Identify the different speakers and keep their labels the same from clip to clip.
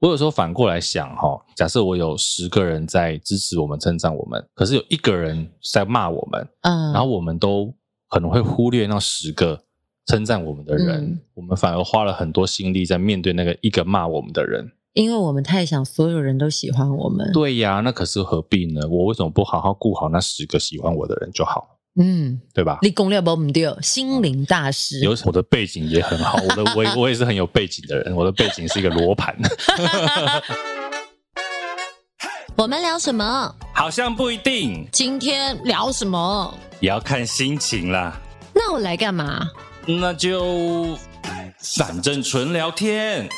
Speaker 1: 我有时候反过来想哈、假设我有十个人在支持我们、称赞我们，可是有一个人在骂我们，
Speaker 2: 嗯，
Speaker 1: 然后我们都可能会忽略那十个称赞我们的人，
Speaker 2: 嗯
Speaker 1: 我们反而花了很多心力在面对那个一个骂我们的人。
Speaker 2: 因为我们太想所有人都喜欢我们，
Speaker 1: 对呀，那可是何必呢？我为什么不好好顾好那十个喜欢我的人就好，
Speaker 2: 嗯，
Speaker 1: 对吧？
Speaker 2: 立功料不唔对，心灵大师，
Speaker 1: 有我的背景也很好，我的我也我也是很有背景的人，我的背景是一个罗盘，
Speaker 2: 我们聊什么？
Speaker 1: 好像不一定，
Speaker 2: 今天聊什么？
Speaker 1: 也要看心情啦。
Speaker 2: 那我来干嘛？
Speaker 1: 那就反正纯聊天。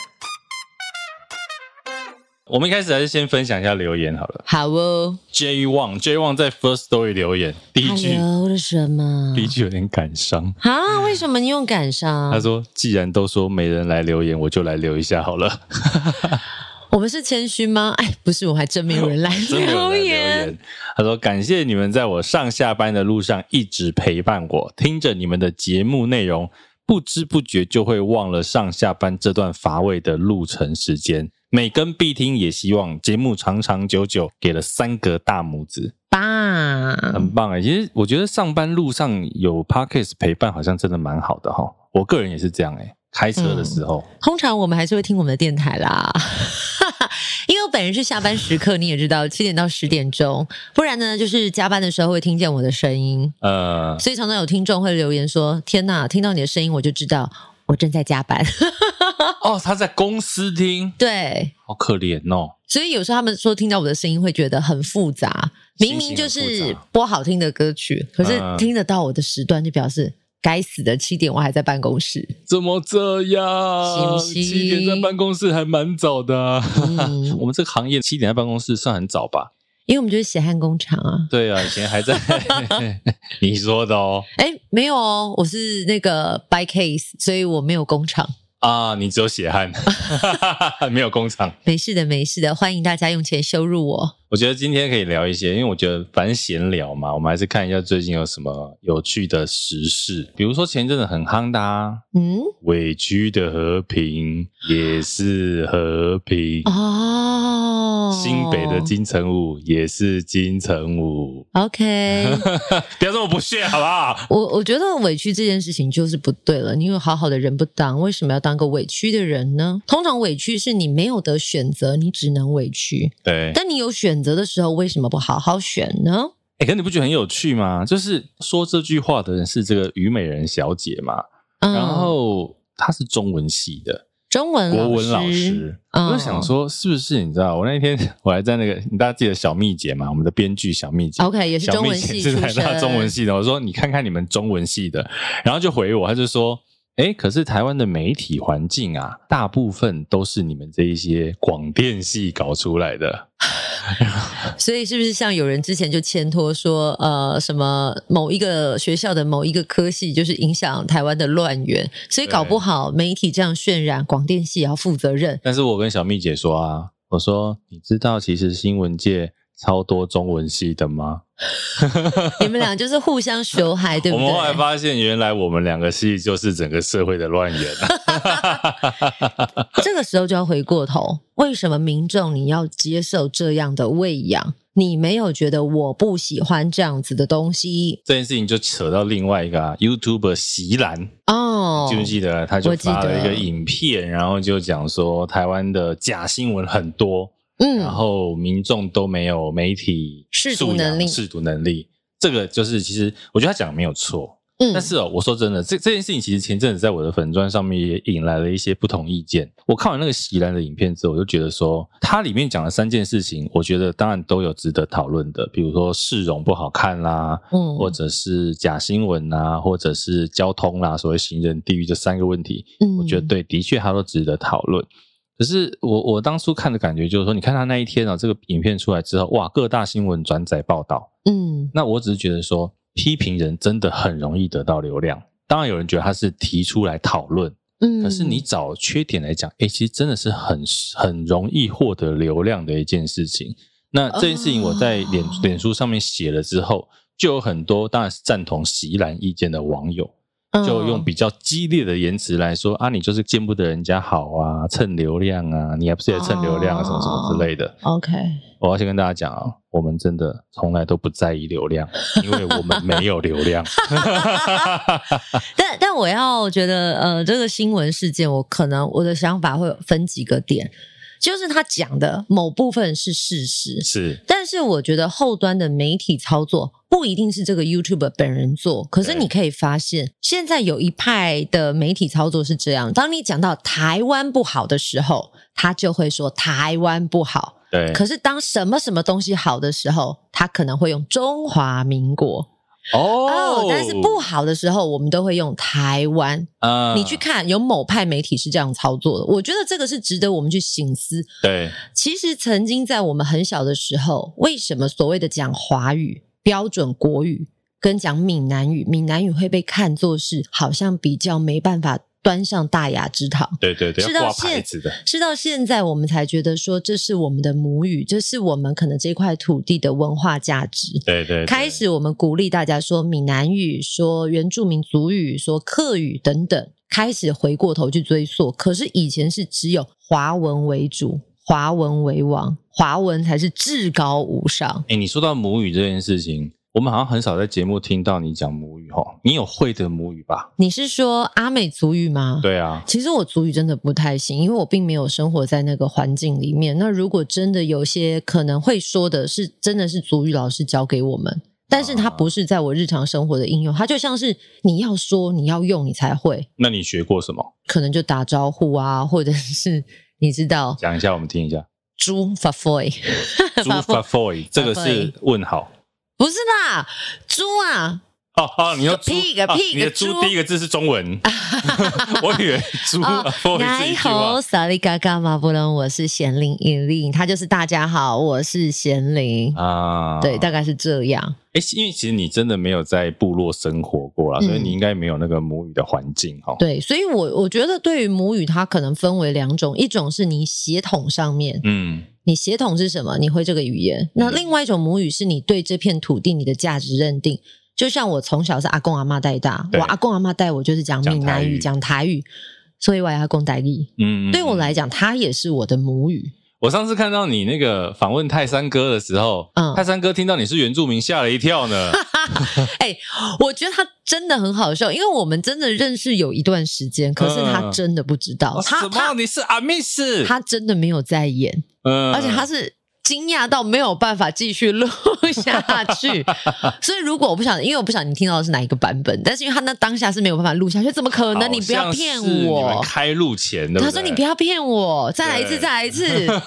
Speaker 1: 我们一开始还是先分享一下留言好了。
Speaker 2: 好哦，
Speaker 1: J Wang J Wang 在 First Story 留言，第一
Speaker 2: 他
Speaker 1: 句
Speaker 2: 聊了什么
Speaker 1: 第？一句有点感伤。
Speaker 2: 啊，为什么你用感伤？
Speaker 1: 他说：“既然都说没人来留言，我就来留一下好了。
Speaker 2: 我们是谦虚吗？哎，不是，我还真没有人来
Speaker 1: 真的有人来留
Speaker 2: 言。
Speaker 1: 言。他说：“感谢你们在我上下班的路上一直陪伴我，听着你们的节目内容，不知不觉就会忘了上下班这段乏味的路程时间。每更必听，也希望节目长长久久。”给了三个大拇指，
Speaker 2: 爸，
Speaker 1: 很棒哎、其实我觉得上班路上有 podcast 陪伴，好像真的蛮好的哈。我个人也是这样哎、开车的时候。
Speaker 2: 通常我们还是会听我们的电台啦。 因为我本人是下班时刻，你也知道，七点到十点钟，不然呢，就是加班的时候会听见我的声音，
Speaker 1: 呃，
Speaker 2: 所以常常有听众会留言说：“天哪，听到你的声音，我就知道我正在加班。
Speaker 1: 哦，他在公司听”，
Speaker 2: 对，
Speaker 1: 好可怜哦。
Speaker 2: 所以有时候他们说听到我的声音会觉得很复杂，明明就
Speaker 1: 心情很
Speaker 2: 是
Speaker 1: 复杂
Speaker 2: 播好听的歌曲，可是
Speaker 1: 嗯
Speaker 2: 听得到我的时段，就表示该死的七点我还在办公室。
Speaker 1: 怎么这样？
Speaker 2: 行不行
Speaker 1: 七点在办公室还蛮早的啊、
Speaker 2: 嗯
Speaker 1: 我们这个行业七点在办公室算很早吧？
Speaker 2: 因为我们就是血汗工厂啊。
Speaker 1: 对啊，以前还在 你说的哦
Speaker 2: 哎，没有哦，我是那个 by case，所以我没有工厂。
Speaker 1: 啊，你只有血汗， 没有工厂。
Speaker 2: 没事的，没事的，欢迎大家用钱羞辱我。
Speaker 1: 我觉得今天可以聊一些，因为我觉得反正闲聊嘛，我们还是看一下最近有什么有趣的时事，比如说前一阵子很夯的、啊。
Speaker 2: 嗯，
Speaker 1: 委屈的和平也是和平，
Speaker 2: 哦，
Speaker 1: 新北的金城武也是金城武。
Speaker 2: OK，
Speaker 1: 不要这么不屑好不好？
Speaker 2: 我我觉得委屈这件事情就是不对了。你有好好的人不当，为什么要当个委屈的人呢？通常委屈是你没有得选择，你只能委屈。
Speaker 1: 对，
Speaker 2: 但你有选择的时候，为什么不好好选呢？
Speaker 1: 哎、可你不觉得很有趣吗？就是说这句话的人是这个虞美人小姐嘛，
Speaker 2: 嗯，
Speaker 1: 然后她是中文系的
Speaker 2: 中文
Speaker 1: 国文老师，
Speaker 2: 嗯
Speaker 1: 我就想说是不是？你知道，我那天 我还在那个，你大家记得小蜜姐嘛，我们的编剧小蜜姐。
Speaker 2: ，OK，也是
Speaker 1: 小
Speaker 2: 哦中
Speaker 1: 蜜
Speaker 2: 文
Speaker 1: 姐
Speaker 2: 系
Speaker 1: 是
Speaker 2: 出
Speaker 1: 台大
Speaker 2: 身，
Speaker 1: 中文系的，我说你看看你们中文系的，然后就回我，他就说，哎，可是台湾的媒体环境啊，大部分都是你们这一些广电系搞出来的，
Speaker 2: 所以是不是像有人之前就牵拖说，呃，什么某一个学校的某一个科系就是影响台湾的乱源，所以搞不好媒体这样渲染，广电系也要负责任。
Speaker 1: 但是我跟小蜜姐说啊，我说你知道其实新闻界超多中文系的吗？
Speaker 2: 你们俩就是互 相朽海，对不
Speaker 1: 我
Speaker 2: 对？
Speaker 1: 们后来发现，原来我们两个系就是整个社会的乱源、啊
Speaker 2: 这个时候就要回过头，为什么民众你要接受这样的喂养？你没有觉得我不喜欢这样子的东西
Speaker 1: 这件事情就扯到另外一个啊，YouTuber 席兰，
Speaker 2: 哦？
Speaker 1: 记不记得？他就
Speaker 2: 我记得
Speaker 1: 发了一个影片，然后就讲说台湾的假新闻很多，然
Speaker 2: 嗯，
Speaker 1: 后民众都没有媒体
Speaker 2: 识
Speaker 1: 素
Speaker 2: 读能
Speaker 1: 养
Speaker 2: 力
Speaker 1: 识读能力。这个就是，其实我觉得他讲的没有错，
Speaker 2: 嗯
Speaker 1: 但是哦，我说真的，这这件事情其实前阵子在我的粉砖上面也引来了一些不同意见。我看完那个席兰的影片之后，我就觉得说，它里面讲的三件事情，我觉得当然都有值得讨论的，比如说市容不好看啦，
Speaker 2: 嗯
Speaker 1: 或者是假新闻啦，或者是交通啦，所谓行人地狱这三个问题，
Speaker 2: 嗯
Speaker 1: 我觉得对，的确它都值得讨论。可是我我当初看的感觉就是说，你看他那一天啊，这个影片出来之后，哇，各大新闻转载报道，
Speaker 2: 嗯
Speaker 1: 那我只是觉得说，批评人真的很容易得到流量。当然，有人觉得他是提出来讨论，
Speaker 2: 嗯，
Speaker 1: 可是你找缺点来讲，诶，其实真的是很很容易获得流量的一件事情。那这件事情我在脸、
Speaker 2: 哦
Speaker 1: 脸书上面写了之后，就有很多当然是赞同席兰意见的网友，
Speaker 2: 嗯
Speaker 1: 就用比较激烈的言辞来说啊，你就是见不得人家好啊，蹭流量啊，你还不是也蹭流量啊，
Speaker 2: 哦
Speaker 1: 什么什么之类的。
Speaker 2: OK，
Speaker 1: 我要先跟大家讲啊、我们真的从来都不在意流量，因为我们没有流 量。
Speaker 2: 但但我要觉得，呃，这个新闻事件，我可能我的想法会分几个点，就是他讲的某部分是事实，
Speaker 1: 是，
Speaker 2: 但是我觉得后端的媒体操作不一定是这个 YouTuber 本人做，可是
Speaker 1: 对
Speaker 2: 你可以发现，现在有一派的媒体操作是这样：当你讲到台湾不好的时候，他就会说台湾不好；
Speaker 1: 对。
Speaker 2: 可是当什么什么东西好的时候，他可能会用中华民国哦
Speaker 1: 哦
Speaker 2: 但是不好的时候，我们都会用台湾。
Speaker 1: 啊
Speaker 2: 你去看，有某派媒体是这样操作的，我觉得这个是值得我们去醒思。
Speaker 1: 对
Speaker 2: 其实曾经在我们很小的时候，为什么所谓的讲华语、标准国语跟讲闽南语，闽南语会被看作是好像比较没办法端上大雅之堂？
Speaker 1: 对对对，
Speaker 2: 是
Speaker 1: 要
Speaker 2: 到
Speaker 1: 挂牌
Speaker 2: 现
Speaker 1: 子的，
Speaker 2: 是到现在我们才觉得说这是我们的母语，这是我们可能这块土地的文化价值。
Speaker 1: 对对对
Speaker 2: 开始我们鼓励大家说闽南语、说原住民族语、说客语等等，开始回过头去追溯。可是以前是只有华文为主，华文为王，华文才是至高无上。
Speaker 1: 哎、你说到母语这件事情，我们好像很少在节目听到你讲母语哈。你有会的母语吧？
Speaker 2: 你是说阿美族语吗？。
Speaker 1: 对啊，
Speaker 2: 其实我族语真的不太行，因为我并没有生活在那个环境里面。那如果真的有些可能会说的是，真的是族语老师教给我们，但是它
Speaker 1: 啊
Speaker 2: 不是在我日常生活的应用，它就像是你要说、你要用，你才会。
Speaker 1: 那你学过什么？
Speaker 2: 可能就打招呼啊，或者是你知道
Speaker 1: 讲一下，我们听一 下。
Speaker 2: 猪 f a f o y
Speaker 1: 猪 f a f o y 这个是问号。
Speaker 2: 不是啦，猪啊，
Speaker 1: 哦哦，你要猪
Speaker 2: Pig，
Speaker 1: 啊
Speaker 2: pig，
Speaker 1: 你的
Speaker 2: 猪
Speaker 1: 猪第一个字是中 文，我以为猪
Speaker 2: 哦
Speaker 1: f a f o y 是一句话
Speaker 2: 好，。萨利嘎嘎嘛，不能，我是贤玲伊令，他就是大家好，我是贤玲，
Speaker 1: 啊，
Speaker 2: 对，大概是这样。
Speaker 1: 哎，因为其实你真的没有在部落生活过啦，
Speaker 2: 嗯
Speaker 1: 所以你应该没有那个母语的环境哈。
Speaker 2: 对，所以我我觉得对于母语，它可能分为两种，一种是你血统上面，
Speaker 1: 嗯，
Speaker 2: 你血统是什么？你会这个语言。那
Speaker 1: 嗯
Speaker 2: 另外一种母语是你对这片土地你的价值认定。就像我从小是阿公阿妈带大，
Speaker 1: 对
Speaker 2: 我阿公阿妈带我就是讲
Speaker 1: 讲
Speaker 2: 闽南
Speaker 1: 台语
Speaker 2: 语、讲台语，所以我也阿公台语。
Speaker 1: 嗯，嗯
Speaker 2: 对我
Speaker 1: 嗯
Speaker 2: 来讲，它也是我的母语。
Speaker 1: 我上次看到你那个访问泰山哥的时候，
Speaker 2: 嗯
Speaker 1: 泰山哥听到你是原住民，吓了一跳呢。
Speaker 2: 哎、我觉得他真的很好笑，因为我们真的认识有一段时间，可是他
Speaker 1: 嗯
Speaker 2: 真的不知道，
Speaker 1: 哦
Speaker 2: 他
Speaker 1: 什么？
Speaker 2: 他
Speaker 1: 你是阿密斯？
Speaker 2: 他真的没有在演。
Speaker 1: 嗯
Speaker 2: 而且他
Speaker 1: 是
Speaker 2: 是惊讶到没有办法继续录下 去。所以如果我不想，因为我不想你听到的是哪一个版本，但是因为他那当下是没有办法录下去，怎么可能？你不要骗我。
Speaker 1: 开路前的。
Speaker 2: 他说：“你不要骗我，再来一次，
Speaker 1: 对
Speaker 2: 再来一次，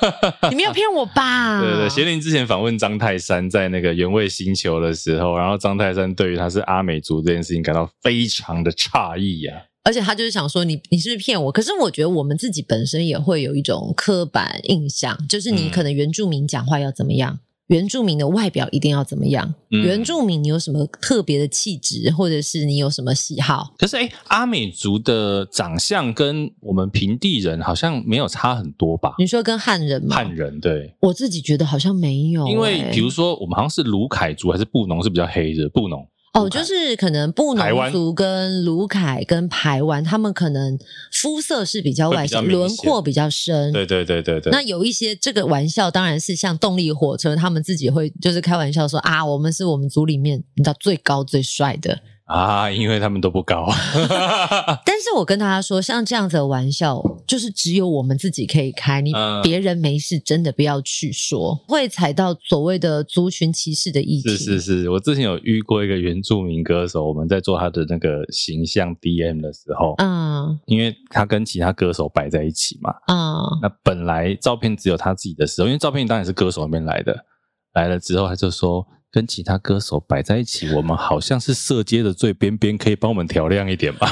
Speaker 2: 你没有骗我吧？”
Speaker 1: 对对，贤玲之前访问张泰山在那个原味星球的时候，然后张泰山对于他是阿美族这件事情感到非常的诧异啊呀、
Speaker 2: 而且他就是想说你你是不是骗我？可是我觉得我们自己本身也会有一种刻板印象，就是你
Speaker 1: 嗯
Speaker 2: 可能原住民讲话要怎么样，原住民的外表一定要怎么样，
Speaker 1: 嗯
Speaker 2: 原住民你有什么特别的气质，或者是你有什么喜好？
Speaker 1: 可是哎，阿美族的长相跟我们平地人好像没有差很多吧？
Speaker 2: 你说跟汉人吗？
Speaker 1: 汉人对，
Speaker 2: 我自己觉得好像没有欸、
Speaker 1: 因为比如说，我们好像是卢凯族还是布农是比较黑的，布农
Speaker 2: 哦，就是可能布
Speaker 1: 台湾
Speaker 2: 农族跟卢凯跟排湾，他们可能肤色是比较外
Speaker 1: 会
Speaker 2: 向，
Speaker 1: 比较明
Speaker 2: 轮
Speaker 1: 显
Speaker 2: 廓比较深。
Speaker 1: 对对对对对，
Speaker 2: 嗯那有一些这个玩笑，当然是像动力火车，他们自己会就是开玩笑说啊，我们是我们组里面你知道最高最帅的。
Speaker 1: 啊，因为他们都不 高，啊
Speaker 2: 但是我跟大家说，像这样子的玩笑，就是只有我们自己可以开，你
Speaker 1: 嗯
Speaker 2: 别人没事真的不要去说，会踩到所谓的族群歧视的议题。
Speaker 1: 是是是，我之前有遇过一个原住民歌手，我们在做他的那个形象 DM 的时候，
Speaker 2: 嗯
Speaker 1: 因为他跟其他歌手摆在一起嘛，
Speaker 2: 嗯
Speaker 1: 那本来照片只有他自己的时候，因为照片当然是歌手那边来的，来了之后他就说。跟其他歌手摆在一起，我们好像是色阶的最边边，可以帮我们调亮一点 吧。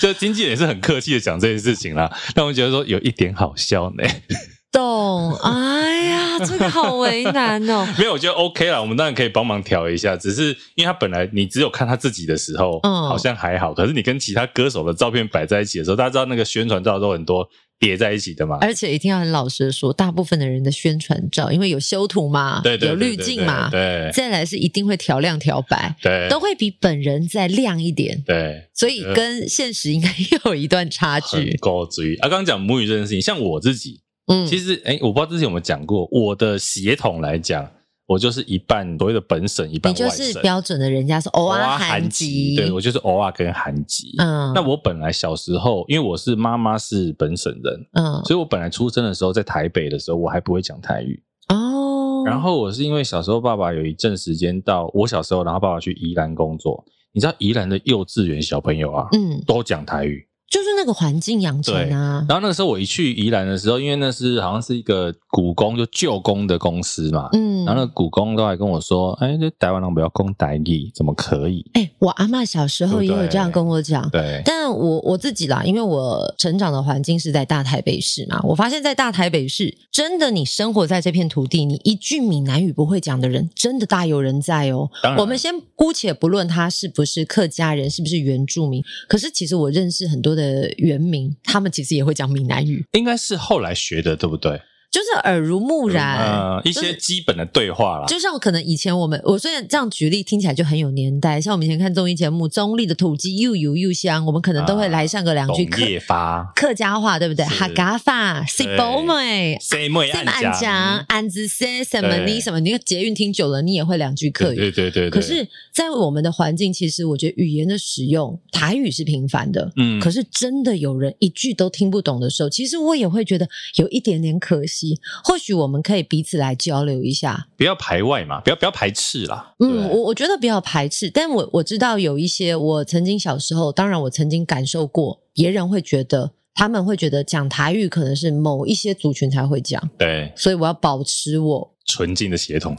Speaker 1: 就经纪人也是很客气的讲这件事情啦，但我觉得说有一点好笑呢。
Speaker 2: 懂，哎呀，这个好为难哦。
Speaker 1: 没有，我觉得 OK 啦，我们当然可以帮忙调一下，只是因为他本来你只有看他自己的时候，
Speaker 2: 嗯
Speaker 1: 好像还好，可是你跟其他歌手的照片摆在一起的时候，大家知道那个宣传照都很多叠在一起的嘛。
Speaker 2: 而且一定要很老实的说，大部分的人的宣传照，因为有修图嘛，
Speaker 1: 对对，
Speaker 2: 有
Speaker 1: 对
Speaker 2: 滤
Speaker 1: 对
Speaker 2: 镜
Speaker 1: 对
Speaker 2: 嘛，
Speaker 1: 对
Speaker 2: 再来是一定会调亮调白，
Speaker 1: 对，
Speaker 2: 都会比本人再亮一点，
Speaker 1: 对。
Speaker 2: 所以跟现实应该有一段差
Speaker 1: 很
Speaker 2: 距。
Speaker 1: 高注意啊！刚刚讲母语这件事情，像我自己，
Speaker 2: 嗯，
Speaker 1: 其实哎、诶我不知道之前有没有讲过，我的血统来讲，我就是一半所谓的本省，一半
Speaker 2: 你
Speaker 1: 外省，
Speaker 2: 就是标准的人家说偶尔韩籍，
Speaker 1: 对我就是偶尔跟韩籍。
Speaker 2: 嗯，
Speaker 1: 那我本来小时候，因为我是妈妈是本省人，
Speaker 2: 嗯
Speaker 1: 所以我本来出生的时候在台北的时候，我还不会讲台语。
Speaker 2: 哦，
Speaker 1: 然后我是因为小时候爸爸有一阵时间到我小时候，然后爸爸去宜兰工作，你知道宜兰的幼稚园小朋友啊，
Speaker 2: 嗯，
Speaker 1: 都讲台语。
Speaker 2: 就是那个环境养成啊，
Speaker 1: 然后那个时候我一去宜兰的时候，因为那是好像是一个古工，就旧工的公司嘛。
Speaker 2: 嗯，
Speaker 1: 然后那个古工都还跟我说：“哎，这台湾人不要攻台语，怎么可以
Speaker 2: 哎、我阿嬷小时
Speaker 1: 哦
Speaker 2: 候也有这样跟我讲？”。
Speaker 1: 对，
Speaker 2: 但我我自己啦，因为我成长的环境是在大台北市嘛，我发现，在大台北市，真的你生活在这片土地，你一句闽南语不会讲的人，真的大有人在哦。
Speaker 1: 当然
Speaker 2: 我们先姑且不论他是不是客家人，是不是原住民，可是其实我认识很多的原民，他们其实也会讲闽南语，
Speaker 1: 应该是后来学的，对不对？
Speaker 2: 就是耳濡目染，
Speaker 1: 呃，一
Speaker 2: 就是
Speaker 1: 些基本的对话啦。
Speaker 2: 就像可能以前我们，我虽然这样举例听起来就很有年代，像我们以前看综艺节目，中立的土鸡又油又香，我们可能都
Speaker 1: 啊
Speaker 2: 会来上个两
Speaker 1: 董
Speaker 2: 句客、
Speaker 1: 夜发，
Speaker 2: 客家话，对不对？
Speaker 1: 是
Speaker 2: 哈嘎发、西伯美、
Speaker 1: 谁妹
Speaker 2: 什
Speaker 1: 暗
Speaker 2: 么安江、
Speaker 1: 讲？
Speaker 2: 安子森什么你
Speaker 1: 对
Speaker 2: 什么，你捷运听久了，你也会两句客
Speaker 1: 对
Speaker 2: 语。
Speaker 1: 对对对。对
Speaker 2: 可，是，在我们的环境，其实我觉得语言的使用，台语是频繁的。
Speaker 1: 嗯，
Speaker 2: 可是真的有人一句都听不懂的时候，其实我也会觉得有一点点可惜。或许我们可以彼此来交流一下，
Speaker 1: 不要排外嘛，不要不要排斥啦。
Speaker 2: 嗯，
Speaker 1: 对
Speaker 2: 我我觉得比较排斥，但我我知道有一些我曾经小时候，当然我曾经感受过，别人会觉得他们会觉得讲台语可能是某一些族群才会讲，
Speaker 1: 对
Speaker 2: 所以我要保持我
Speaker 1: 纯净的血统，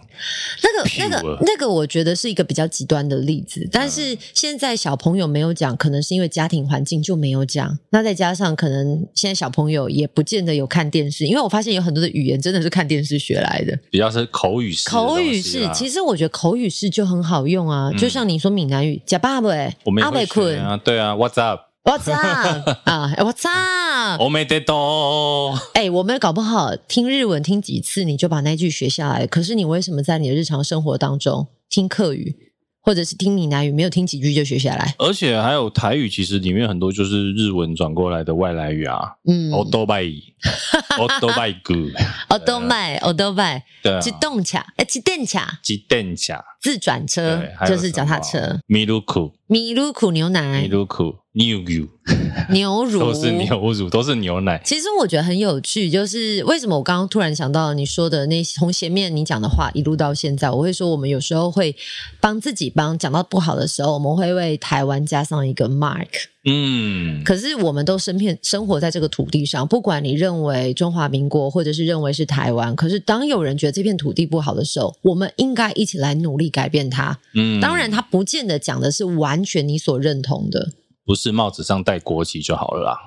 Speaker 2: 那个
Speaker 1: Pure
Speaker 2: 那个那个，我觉得是一个比较极端的例子。但是现在小朋友没有讲，可能是因为家庭环境就没有讲，那再加上可能现在小朋友也不见得有看电视，因为我发现有很多的语言真的是看电视学来的。
Speaker 1: 比较是口语式的东西啦。
Speaker 2: 口语式，其实我觉得口语式就很好用啊，
Speaker 1: 嗯
Speaker 2: 就像你说闽南语，假爸爸，
Speaker 1: 我们也
Speaker 2: 阿
Speaker 1: 会
Speaker 2: 伟
Speaker 1: 学
Speaker 2: 困
Speaker 1: 啊，对啊，What's up？
Speaker 2: ，What's up 啊，What's up？
Speaker 1: 我没得懂。
Speaker 2: 哎，我们搞不好听日文听几次你就把那句学下来，可是你为什么在你的日常生活当中听客语或者是听闽南语，没有听几句就学下来？
Speaker 1: 而且还有台语，其实里面很多就是日文转过来的外来语啊。
Speaker 2: 嗯，
Speaker 1: o d o b a i o d o b a i g
Speaker 2: 哦都卖，哦都卖，
Speaker 1: 对啊，
Speaker 2: 机动卡，哎，机电卡，
Speaker 1: 吉电卡，
Speaker 2: 自转车
Speaker 1: 对，还有
Speaker 2: 就是脚踏
Speaker 1: 什
Speaker 2: 车，
Speaker 1: 米鲁库、
Speaker 2: 米露苦牛
Speaker 1: 米
Speaker 2: 奶，
Speaker 1: 鲁库、牛乳
Speaker 2: 牛乳
Speaker 1: 都是牛乳，都是牛奶。
Speaker 2: 其实我觉得很有趣，就是为什么我刚刚突然想到你说的那从前面你讲的话一路到现在，我会说我们有时候会帮自己帮讲到不好的时候，我们会为台湾加上一个 mark。
Speaker 1: 嗯，
Speaker 2: 可是我们都身片生活在这个土地上，不管你认为中华民国或者是认为是台湾，可是当有人觉得这片土地不好的时候，我们应该一起来努力改变它。
Speaker 1: 嗯
Speaker 2: 当然，它不见得讲的是完全你所认同的。
Speaker 1: 不是帽子上戴国旗就好了啦。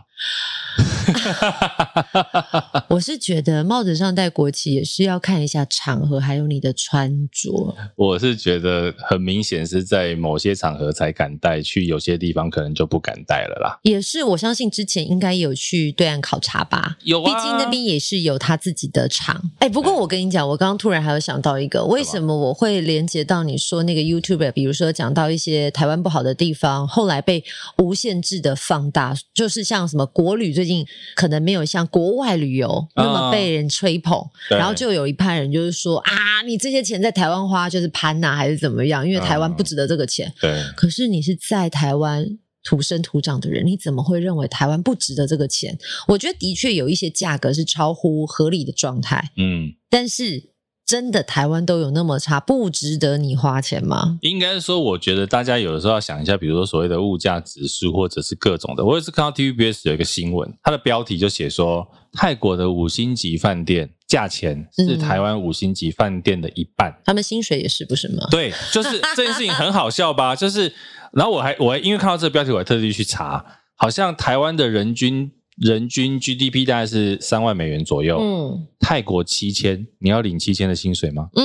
Speaker 2: 我是觉得帽子上戴国旗也是要看一下场合，还有你的穿着。
Speaker 1: 我是觉得很明显是在某些场合才敢戴，去有些地方可能就不敢戴了啦。
Speaker 2: 也是，我相信之前应该有去对岸考察吧，
Speaker 1: 有
Speaker 2: 毕
Speaker 1: 啊，
Speaker 2: 竟那边也是有他自己的厂。哎，不过我跟你讲，我刚刚突然还有想到一个，为什么我会连接到你说那个 YouTuber，比如说讲到一些台湾不好的地方，后来被无限制的放大，就是像什么国旅最近可能没有像国外旅游那么被人吹捧，
Speaker 1: 对
Speaker 2: 然后就有一派人就是说啊，你这些钱在台湾花就是攀呐、还是怎么样？因为台湾不值得这个钱。
Speaker 1: 对。
Speaker 2: 可是你是在台湾土生土长的人，你怎么会认为台湾不值得这个钱？我觉得的确有一些价格是超乎合理的状态，
Speaker 1: 嗯，
Speaker 2: 但是真的台湾都有那么差，不值得你花钱吗？
Speaker 1: 应该说，我觉得大家有的时候要想一下，比如说所谓的物价指数，或者是各种的。我也是看到 TVBS 有一个新闻，它的标题就写说，泰国的五星级饭店价钱是
Speaker 2: 嗯
Speaker 1: 台湾五星级饭店的一半。
Speaker 2: 他们薪水也是不是吗？
Speaker 1: 对， 就是这件事情很好笑吧？就是，然后我还我还因为看到这个标题，我还特地去查，好像台湾的人均人均 GDP 大概是三万美元左右，
Speaker 2: 嗯
Speaker 1: 泰国七千，你要领七千的薪水吗？
Speaker 2: 嗯，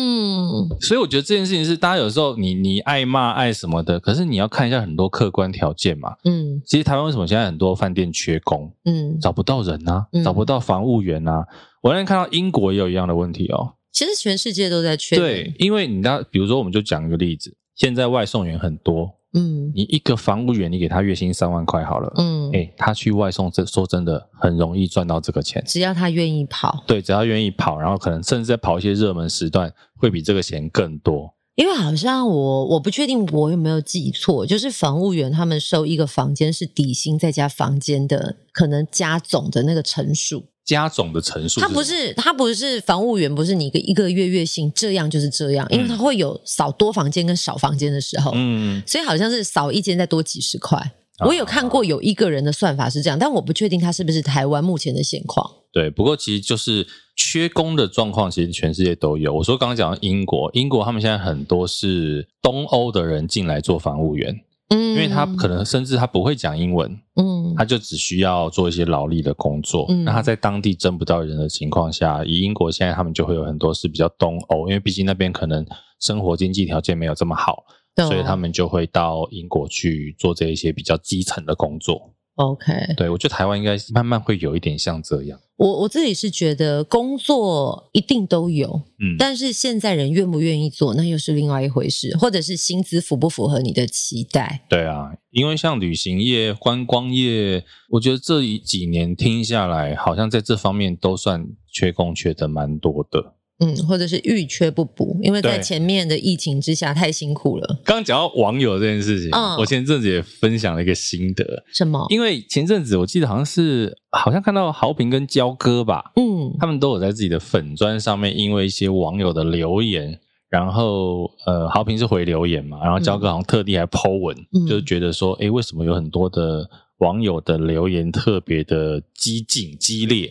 Speaker 2: 嗯，
Speaker 1: 所以我觉得这件事情是，大家有时候你你爱骂爱什么的，可是你要看一下很多客观条件嘛。
Speaker 2: 嗯
Speaker 1: 其实台湾为什么现在很多饭店缺工，
Speaker 2: 嗯，
Speaker 1: 找不到人啊
Speaker 2: 嗯，
Speaker 1: 找不到房务员啊？我那天看到英国也有一样的问题哦。
Speaker 2: 其实全世界都在缺人。
Speaker 1: 对，因为你知道，比如说我们就讲一个例子，现在外送员很多，
Speaker 2: 嗯
Speaker 1: 你一个房务员，你给他月薪三万块好了，
Speaker 2: 嗯，
Speaker 1: 哎、他去外送，这说真的很容易赚到这个钱。
Speaker 2: 只要他愿意跑，
Speaker 1: 对，只要愿意跑，然后可能甚至在跑一些热门时段，会比这个钱更多。
Speaker 2: 因为好像我我不确定我有没有记错，就是房务员他们收一个房间是底薪再加房间的可能加总的那个乘数，
Speaker 1: 加总的乘数，
Speaker 2: 他不，是他不是房务员，不是你一个一个月月薪这样就是这样，因为他会有少多房间跟少房间的时候，
Speaker 1: 嗯，
Speaker 2: 所以好像是少一间再多几十块。
Speaker 1: 啊
Speaker 2: 我有看过有一个人的算法是这样，但我不确定他是不是台湾目前的现况。
Speaker 1: 对。不过其实就是缺工的状况，其实全世界都有。我说刚刚讲到英国，英国他们现在很多是东欧的人进来做房务员，
Speaker 2: 嗯，
Speaker 1: 因为他可能甚至他不会讲英文，
Speaker 2: 嗯
Speaker 1: 他就只需要做一些劳力的工作。
Speaker 2: 嗯
Speaker 1: 那他在当地争不到人的情况下，以英国现在他们就会有很多是比较东欧，因为毕竟那边可能生活经济条件没有这么好，
Speaker 2: 懂
Speaker 1: 所以他们就会到英国去做这一些比较基层的工作。
Speaker 2: OK。
Speaker 1: 对我觉得台湾应该慢慢会有一点像这样，
Speaker 2: 我我自己是觉得工作一定都有，
Speaker 1: 嗯，
Speaker 2: 但是现在人愿不愿意做，那又是另外一回事，或者是薪资符不符合你的期待？
Speaker 1: 对啊，因为像旅行业、观光业，我觉得这一几年听下来，好像在这方面都算缺工缺的蛮多的。
Speaker 2: 嗯，或者是欲缺不补，因为在
Speaker 1: 对
Speaker 2: 前面的疫情之下太辛苦了。
Speaker 1: 刚刚讲到网友这件事情，
Speaker 2: 嗯
Speaker 1: 我前阵子也分享了一个心得，
Speaker 2: 什么？
Speaker 1: 因为前阵子我记得好像是好像看到豪平跟焦哥吧，
Speaker 2: 嗯
Speaker 1: 他们都有在自己的粉砖上面，因为一些网友的留言，然后呃，豪平是回留言嘛，然后焦哥好像特地还 Po 文，
Speaker 2: 嗯
Speaker 1: 就是觉得说，诶，为什么有很多的网友的留言特别的激进激烈，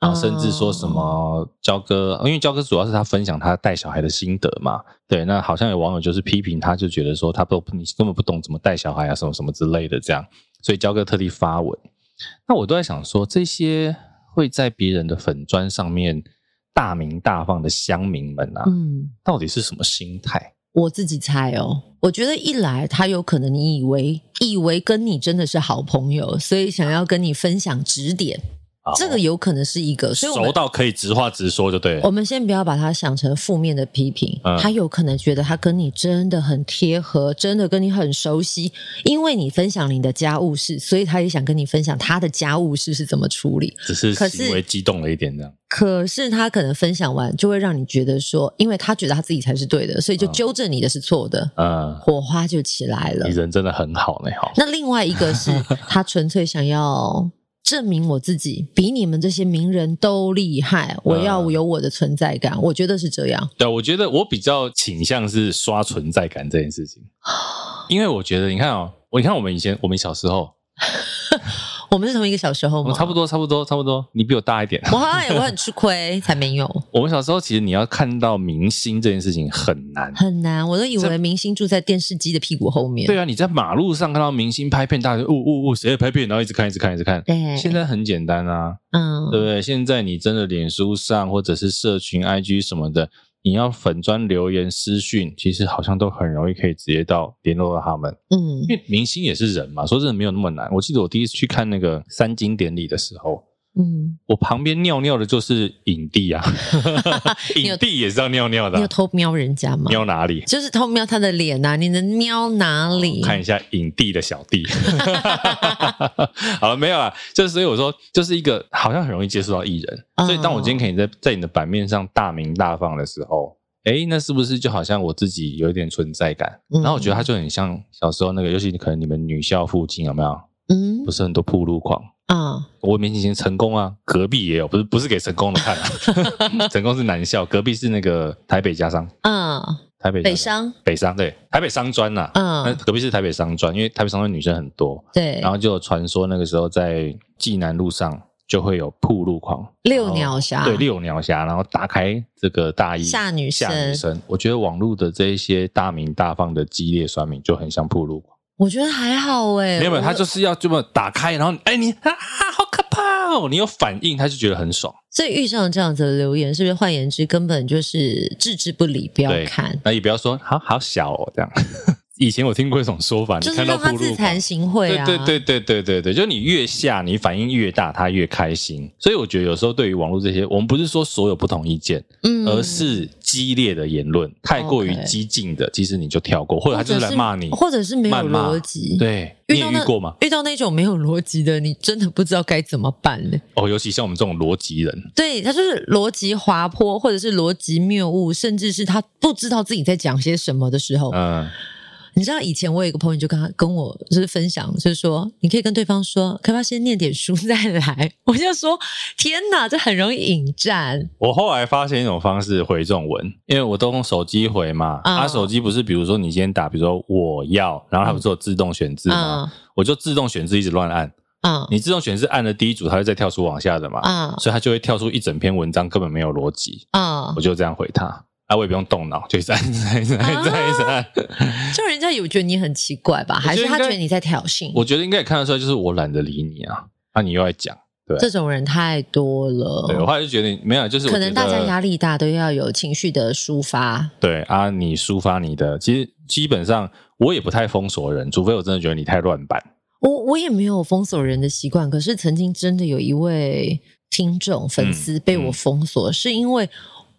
Speaker 1: 然后甚至说什么
Speaker 2: 哦
Speaker 1: 焦哥，因为焦哥主要是他分享他带小孩的心得嘛，对，那好像有网友就是批评他，就觉得说他都你根本不懂怎么带小孩啊，什么什么之类的这样，所以焦哥特地发文。那我都在想说，这些会在别人的粉砖上面大名大放的乡民们啊，
Speaker 2: 嗯，
Speaker 1: 到底是什么心态？
Speaker 2: 我自己猜哦，我觉得一来他有可能你以为以为跟你真的是好朋友，所以想要跟你分享指点，
Speaker 1: 啊
Speaker 2: 这个有可能是一个，所以我们哦
Speaker 1: 熟到可以直话直说就对了
Speaker 2: 我。们先不要把它想成负面的批评，
Speaker 1: 嗯
Speaker 2: 他有可能觉得他跟你真的很贴合，真的跟你很熟悉，因为你分享你的家务事，所以他也想跟你分享他的家务事是怎么处理。
Speaker 1: 只是
Speaker 2: 可是
Speaker 1: 行为激动了一点这样。
Speaker 2: 可是他可能分享完就会让你觉得说，因为他觉得他自己才是对的，所以就
Speaker 1: 嗯
Speaker 2: 纠正你的是错的，
Speaker 1: 嗯，
Speaker 2: 火花就起来了
Speaker 1: 你。人真的很好呢，哈。
Speaker 2: 那另外一个是他纯粹想要。证明我自己比你们这些名人都厉害，我要
Speaker 1: 嗯
Speaker 2: 有我的存在感，我觉得是这样。
Speaker 1: 对，啊我觉得我比较倾向是刷存在感这件事 情，因为我觉得你看哦，我你看我们以前我们小时候，
Speaker 2: 我们是同一个小时候
Speaker 1: 我
Speaker 2: 吗？
Speaker 1: 们差不
Speaker 2: 多。
Speaker 1: 多差不多差不多，你比我大一点。
Speaker 2: 我好像也我很吃亏，才没有，
Speaker 1: 我们小时候其实你要看到明星这件事情很难，
Speaker 2: 很难。我都以为
Speaker 1: 这
Speaker 2: 明星住在电视机的屁股后面。
Speaker 1: 对啊，你在马路上看到明星拍片，大家就呜呜呜，谁在拍片？然后一直看，一直看，一直看。
Speaker 2: 对
Speaker 1: 现在很简单啊，
Speaker 2: 嗯
Speaker 1: 对不对？现在你真的脸书上或者是社群 IG 什么的，你要粉砖留言私讯，其实好像都很容易可以直接到联络到他们，
Speaker 2: 嗯
Speaker 1: 因为明星也是人嘛，说真的没有那么难。我记得我第一次去看那个三金典礼的时候。
Speaker 2: 嗯，
Speaker 1: 我旁边尿尿的就是影帝啊，
Speaker 2: 你有
Speaker 1: 影帝也是要尿尿的
Speaker 2: 你
Speaker 1: 啊、
Speaker 2: 有偷瞄人家吗？
Speaker 1: 尿哪里？
Speaker 2: 就是偷瞄他的脸呐、啊，你能瞄哪里？
Speaker 1: 哦看一下影帝的小弟。 好了，没有啦，就是所以我说，就是一个好像很容易接触到艺人，
Speaker 2: 嗯
Speaker 1: 所以当我今天可以在在你的版面上大名大放的时候，诶，那是不是就好像我自己有一点存在感？
Speaker 2: 嗯
Speaker 1: 然后我觉得他就很像小时候那个，尤其可能你们女校附近有没有，
Speaker 2: 嗯
Speaker 1: 不是很多铺路狂？
Speaker 2: 啊，
Speaker 1: 我明星成功啊，隔壁也有，不是不是给成功的看、 啊，成功是男校，隔壁是那个台北家商，
Speaker 2: 啊，
Speaker 1: 台北家
Speaker 2: 北商，
Speaker 1: 北商对，台北商专啊呐、
Speaker 2: 嗯
Speaker 1: 那隔壁是台北商专，因为台北商专女生很多，
Speaker 2: 对
Speaker 1: 呃然，后就有传说那个时候在济南路上就会有铺路狂，
Speaker 2: 六鸟侠，
Speaker 1: 然后对，六鸟侠，然后打开这个大衣
Speaker 2: 吓女生
Speaker 1: 吓女生。我觉得网络的这一些大名大放的激烈酸民就很像铺路狂，
Speaker 2: 我觉得还好哎、
Speaker 1: 没有没有，
Speaker 2: 我
Speaker 1: 他就是要这么打开，然后哎你啊好可炮，你有反应，他就觉得很爽。
Speaker 2: 所以遇上这样子的留言，是不是换言之，根本就是置之不理，不要
Speaker 1: 对
Speaker 2: 看，
Speaker 1: 那也不要说好好小哦，这样。 以前我听过一种说法，你
Speaker 2: 就是
Speaker 1: 看到
Speaker 2: 让他
Speaker 1: 部
Speaker 2: 自
Speaker 1: 落
Speaker 2: 惭
Speaker 1: 格。
Speaker 2: 形秽啊。
Speaker 1: 对对对对对对对，就你越下，你反应越大，他越开心。所以我觉得有时候对于网络这些，我们不是说所有不同意见，
Speaker 2: 嗯
Speaker 1: 而是激烈的言论，太过于
Speaker 2: OK
Speaker 1: 激进的，其实你就跳过，或者
Speaker 2: 或
Speaker 1: 他就
Speaker 2: 者
Speaker 1: 是来骂你，
Speaker 2: 或者是没有
Speaker 1: 谩骂
Speaker 2: 逻辑。，
Speaker 1: 对，你
Speaker 2: 遇
Speaker 1: 也
Speaker 2: 到
Speaker 1: 遇
Speaker 2: 那
Speaker 1: 过吗？
Speaker 2: 遇到那种没有逻辑的，你真的不知道该怎么办呢？
Speaker 1: 哦，尤其像我们这种逻辑人，
Speaker 2: 对，他就是逻辑滑坡，或者是逻辑谬误，甚至是他不知道自己在讲些什么的时候，
Speaker 1: 嗯，
Speaker 2: 你知道以前我有一个朋友就跟他跟我就是分享，就是说你可以跟对方说，可不可以先念点书 再来？我就说天哪，这很容易引战。
Speaker 1: 我后来发现一种方式回这种文，因为我都用手机回嘛，
Speaker 2: 嗯
Speaker 1: 啊，手机不是比如说你先打，比如说我要，然后它不是有自动选字吗？
Speaker 2: 嗯
Speaker 1: 我就自动选字一直乱按，
Speaker 2: 嗯
Speaker 1: 你自动选字按了第一组，它会再跳出往下的嘛，
Speaker 2: 嗯
Speaker 1: 所以它就会跳出一整篇文章，根本没有逻辑，
Speaker 2: 嗯
Speaker 1: 我，就这样回他。啊，我也不用动脑，就一直按，一直按，一直按，一直按一直
Speaker 2: 啊
Speaker 1: 按。
Speaker 2: 就人家有觉得你很奇怪吧？还
Speaker 1: 觉得
Speaker 2: 是他
Speaker 1: 应该
Speaker 2: 觉得你在挑衅？
Speaker 1: 我觉得应该也看得出来，就是我懒得理你啊，啊，你又爱讲，
Speaker 2: 这种人太多
Speaker 1: 对我
Speaker 2: 了，
Speaker 1: 后来就觉得没有，就是我
Speaker 2: 哦可能
Speaker 1: 觉
Speaker 2: 大
Speaker 1: 得
Speaker 2: 家压力大都要有情绪的抒发。
Speaker 1: 对啊，你抒发你的，其实基本上我也不太封锁人，除非我真的觉得你太乱版。
Speaker 2: 我我也没有封锁人的习惯，可是曾经真的有一位听众粉丝
Speaker 1: 嗯
Speaker 2: 被我封锁，是因为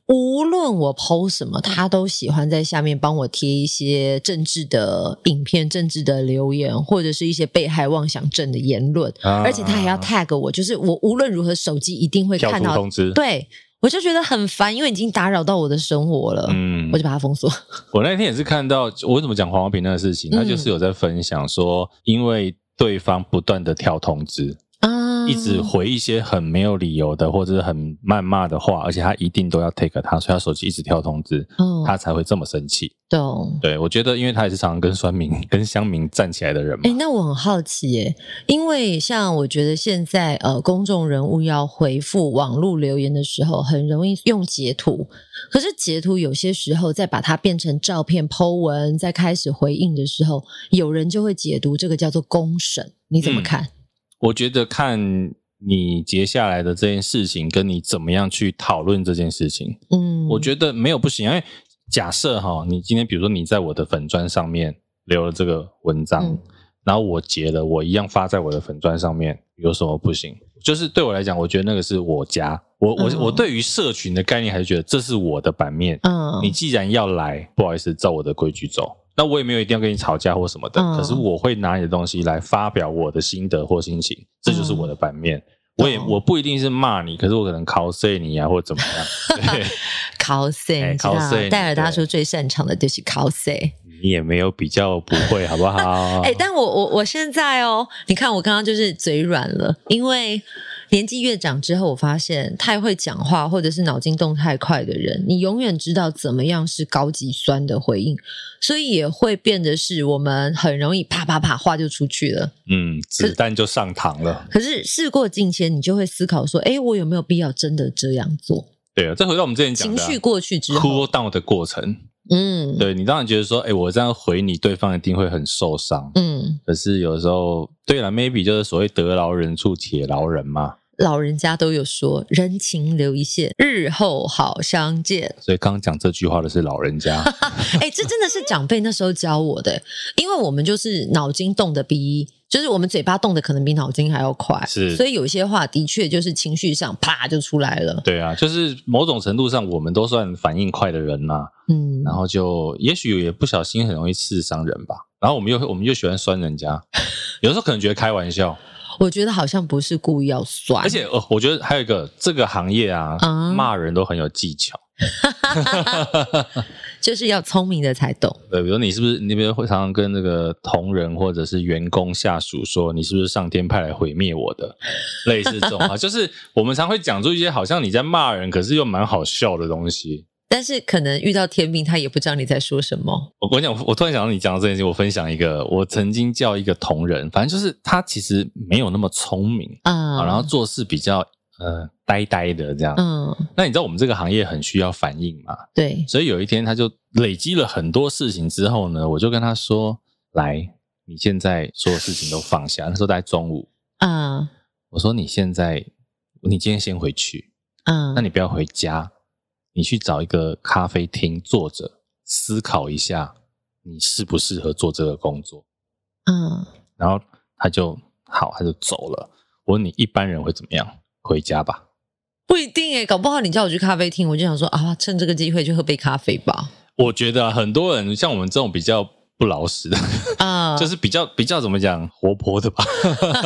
Speaker 2: 无论我 PO 什么，他都喜欢在下面帮我贴一些政治的影片、政治的留言，或者是一些被害妄想症的言论，
Speaker 1: 啊
Speaker 2: 而且他还要 tag 我，就是我无论如何手机一定会
Speaker 1: 跳
Speaker 2: 看
Speaker 1: 出
Speaker 2: 到，
Speaker 1: 通知。
Speaker 2: 对我就觉得很烦，因为已经打扰到我的生活了，
Speaker 1: 嗯
Speaker 2: 我，就把它封锁。
Speaker 1: 我那天也是看到，我怎么讲黄华平那个事情，
Speaker 2: 嗯
Speaker 1: 他就是有在分享说，因为对方不断的跳通知，
Speaker 2: 啊，
Speaker 1: 一直回一些很没有理由的或者是很谩骂的话，而且他一定都要 take 他，所以他手机一直跳通知，
Speaker 2: 哦
Speaker 1: 他才会这么生气。
Speaker 2: 懂。
Speaker 1: 对我觉得，因为他也是常常跟酸民、跟乡民站起来的人
Speaker 2: 哎、
Speaker 1: 嘛。
Speaker 2: 那我很好奇耶，因为像我觉得现在呃，公众人物要回复网络留言的时候，很容易用截图，可是截图有些时候再把它变成照片、剖文，再开始回应的时候，有人就会解读这个叫做公审，你怎么
Speaker 1: 嗯
Speaker 2: 看？
Speaker 1: 我觉得看你截下来的这件事情，跟你怎么样去讨论这件事情，
Speaker 2: 嗯，
Speaker 1: 我觉得没有不行。啊因为假设哈，你今天比如说你在我的粉砖上面留了这个文章，
Speaker 2: 嗯
Speaker 1: 然后我截了，我一样发在我的粉砖上面，有什么不行？就是对我来讲，我觉得那个是我家，我我、
Speaker 2: 嗯
Speaker 1: 我对于社群的概念还是觉得这是我的版面，
Speaker 2: 嗯，
Speaker 1: 你既然要来，不好意思，照我的规矩走。那我也没有一定要跟你吵架或什么的，
Speaker 2: 嗯
Speaker 1: 可是我会拿你的东西来发表我的心得或心情，这就是我的版面。我也
Speaker 2: 嗯懂
Speaker 1: 我不一定是骂你，可是我可能 cos 你啊，或者怎么样。对，
Speaker 2: cos，、
Speaker 1: 哎
Speaker 2: 你知道
Speaker 1: cos，
Speaker 2: 戴尔大
Speaker 1: 对
Speaker 2: 叔最擅长的就是 cos。
Speaker 1: 你也没有比较不 会，好不好？
Speaker 2: 哎、但我我我现在哦，你看我刚刚就是嘴软了，因为年纪越长之后，我发现太会讲话或者是脑筋动太快的人，你永远知道怎么样是高级酸的回应，所以也会变得是我们很容易啪啪啪话就出去了。
Speaker 1: 嗯，子弹就上膛了。
Speaker 2: 可是事过境迁，你就会思考说，哎、我有没有必要真的这样做？
Speaker 1: 对啊，再回到我们之前讲
Speaker 2: 情
Speaker 1: 的、啊
Speaker 2: 绪。过去之后，
Speaker 1: cool down 的过程，
Speaker 2: 嗯，
Speaker 1: 对你当然觉得说，哎、我这样回你，对方一定会很受伤。
Speaker 2: 嗯，
Speaker 1: 可是有时候，对了，maybe 就是所谓得饶人处且饶人嘛。
Speaker 2: 老人家都有说，人情留一线，日后好相见。
Speaker 1: 所以刚刚讲这句话的是老人 家，
Speaker 2: 哎、这真的是长辈那时候教我的、因为我们就是脑筋动的比，就是我们嘴巴动的可能比脑筋还要快，
Speaker 1: 是
Speaker 2: 所以有一些话的确就是情绪上啪就出来了，
Speaker 1: 对啊，就是某种程度上我们都算反应快的人啦、
Speaker 2: 嗯，
Speaker 1: 然后就也许也不小心很容易刺伤人吧。然后我们又我们又喜欢酸人 家，有时候可能觉得开玩笑，
Speaker 2: 我觉得好像不是故意要酸，
Speaker 1: 而且呃，我觉得还有一个这个行业啊，
Speaker 2: 嗯
Speaker 1: 骂人都很有技巧。
Speaker 2: 就是要聪明的才懂，
Speaker 1: 对，比如你是不是你比如会常常跟那个同仁或者是员工下属说，你是不是上天派来毁灭我的？类似这种 啊，就是我们常会讲出一些好像你在骂人，可是又蛮好笑的东西。
Speaker 2: 但是可能遇到天命，他也不知道你在说什么，
Speaker 1: 我跟你讲，我我突然想到你讲到这件事情，我分享一个，我曾经叫一个同仁，反正就是他其实没有那么聪明
Speaker 2: 啊、
Speaker 1: 啊，然后做事比较呃呆呆的这样。
Speaker 2: 嗯，
Speaker 1: 那你知道我们这个行业很需要反应嘛？
Speaker 2: 对，
Speaker 1: 所以有一天他就累积了很多事情之后呢，我就跟他说：“来，你现在所有事情都放下。”那时候大概中午，
Speaker 2: 啊、
Speaker 1: 我说你现在，你今天先回去，
Speaker 2: 嗯，
Speaker 1: 那你不要回家，你去找一个咖啡厅坐着，思考一下你适不适合做这个工作。
Speaker 2: 嗯，
Speaker 1: 然后他就好，他就走了。我问你，一般人会怎么样？回家吧。
Speaker 2: 不一定哎、搞不好你叫我去咖啡厅，我就想说啊，趁这个机会去喝杯咖啡吧。
Speaker 1: 我觉得啊很多人像我们这种比较不老实的，
Speaker 2: 啊、
Speaker 1: 就是比较比较怎么讲活泼的 吧，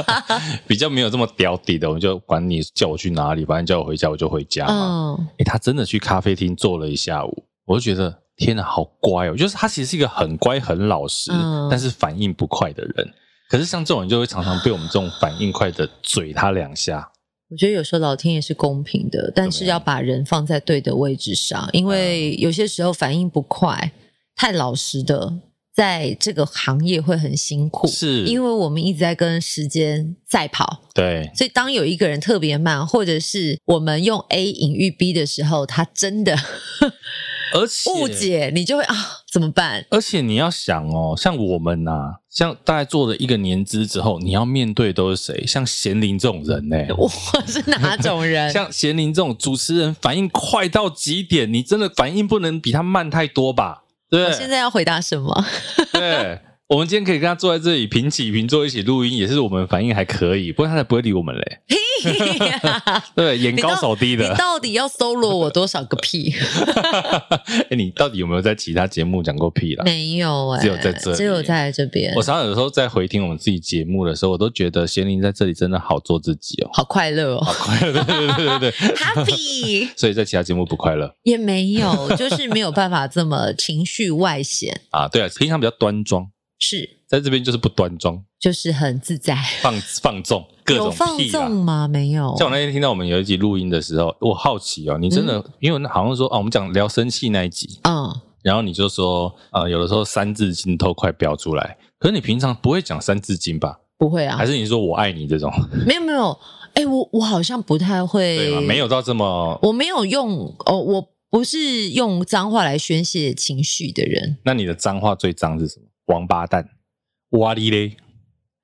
Speaker 1: 比较没有这么屌底的，我们就管你叫我去哪里，反正叫我回家我就回家嘛。
Speaker 2: 嗯
Speaker 1: 诶，他真的去咖啡厅坐了一下午，我就觉得天哪，好乖哦！就是他其实是一个很乖、很老实，
Speaker 2: 嗯
Speaker 1: 但是反应不快的人。可是像这种人就会常常被我们这种反应快的嘴他两下。
Speaker 2: 我觉得有时候老天爷是公平的，但是要把人放在对的位置上，
Speaker 1: 嗯
Speaker 2: 因为有些时候反应不快、太老实的，在这个行业会很辛苦，
Speaker 1: 是
Speaker 2: 因为我们一直在跟时间赛跑。
Speaker 1: 对，
Speaker 2: 所以当有一个人特别慢，或者是我们用 A 隐喻 B 的时候，他真的
Speaker 1: 而且
Speaker 2: 误解，你就会啊怎么办？
Speaker 1: 而且你要想哦，像我们呐、像大概做了一个年资之后，你要面对都是谁？像贤玲这种人呢、
Speaker 2: 我是哪种 人？
Speaker 1: 像贤玲这种主持人，反应快到极点，你真的反应不能比他慢太多吧？对
Speaker 2: 我
Speaker 1: 不
Speaker 2: 现
Speaker 1: 对，
Speaker 2: 在要回答什么？
Speaker 1: 对。我们今天可以跟他坐在这里平起平坐一起录音，也是我们反应还可以，不然他才不会理我们嘞。 对，眼
Speaker 2: 你到
Speaker 1: 高手低
Speaker 2: 你
Speaker 1: 的。
Speaker 2: 到底要搜罗我多少个屁？
Speaker 1: 哎、你到底有没有在其他节目讲过屁啦？
Speaker 2: 没有哎、
Speaker 1: 只有在这里
Speaker 2: 只有在这边
Speaker 1: 我，常常有时候在回听我们自己节目的时候，我都觉得贤玲在这里真的好做自己哦。
Speaker 2: 好快乐哦
Speaker 1: 对对对对对对，
Speaker 2: ，Happy
Speaker 1: 所以在其他节目不快乐
Speaker 2: 也没有， 就是没有办法这么情绪外显，
Speaker 1: 啊。对啊，平常比较端庄，
Speaker 2: 是
Speaker 1: 在这边就是不端庄，
Speaker 2: 就是很自在。
Speaker 1: 放放纵各
Speaker 2: 有
Speaker 1: 种
Speaker 2: 放
Speaker 1: 屁啦
Speaker 2: 纵。吗？没有，
Speaker 1: 像我那天听到我们有一集录音的时候，我好奇哦，你真的、因为好像说啊，我们讲聊生气那一集，
Speaker 2: 嗯，
Speaker 1: 然后你就说呃，有的时候三字经都快飙出来，可是你平常不会讲三字经吧？
Speaker 2: 不会啊
Speaker 1: 还，是你说我爱你这种，
Speaker 2: 没有没有，哎、我我好像不太
Speaker 1: 对吗？
Speaker 2: 会，
Speaker 1: 没，有到这么。
Speaker 2: 我没有用哦，我不是用脏话来宣泄情绪的人。
Speaker 1: 那你的脏话最脏是什么？王八蛋，哇哩嘞！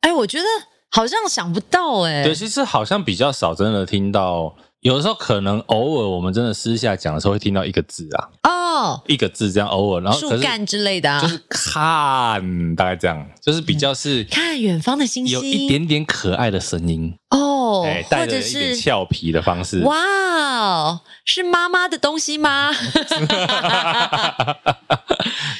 Speaker 2: 哎、我觉得好像想不到哎、
Speaker 1: 对，其实好像比较少真的听到，有的时候可能偶尔我们真的私下讲的时候会听到一个字啊，
Speaker 2: 哦，
Speaker 1: 一个字这样偶尔，然后
Speaker 2: 树
Speaker 1: 可是
Speaker 2: 干之类的、啊，
Speaker 1: 就是看大概这样，就是比较是
Speaker 2: 看远方的星星，
Speaker 1: 有一点点可爱的声音，
Speaker 2: 哦，
Speaker 1: 哎，带
Speaker 2: 或
Speaker 1: 着
Speaker 2: 者
Speaker 1: 一点
Speaker 2: 是
Speaker 1: 俏皮的方式。
Speaker 2: 哇哦，是妈妈的东西吗？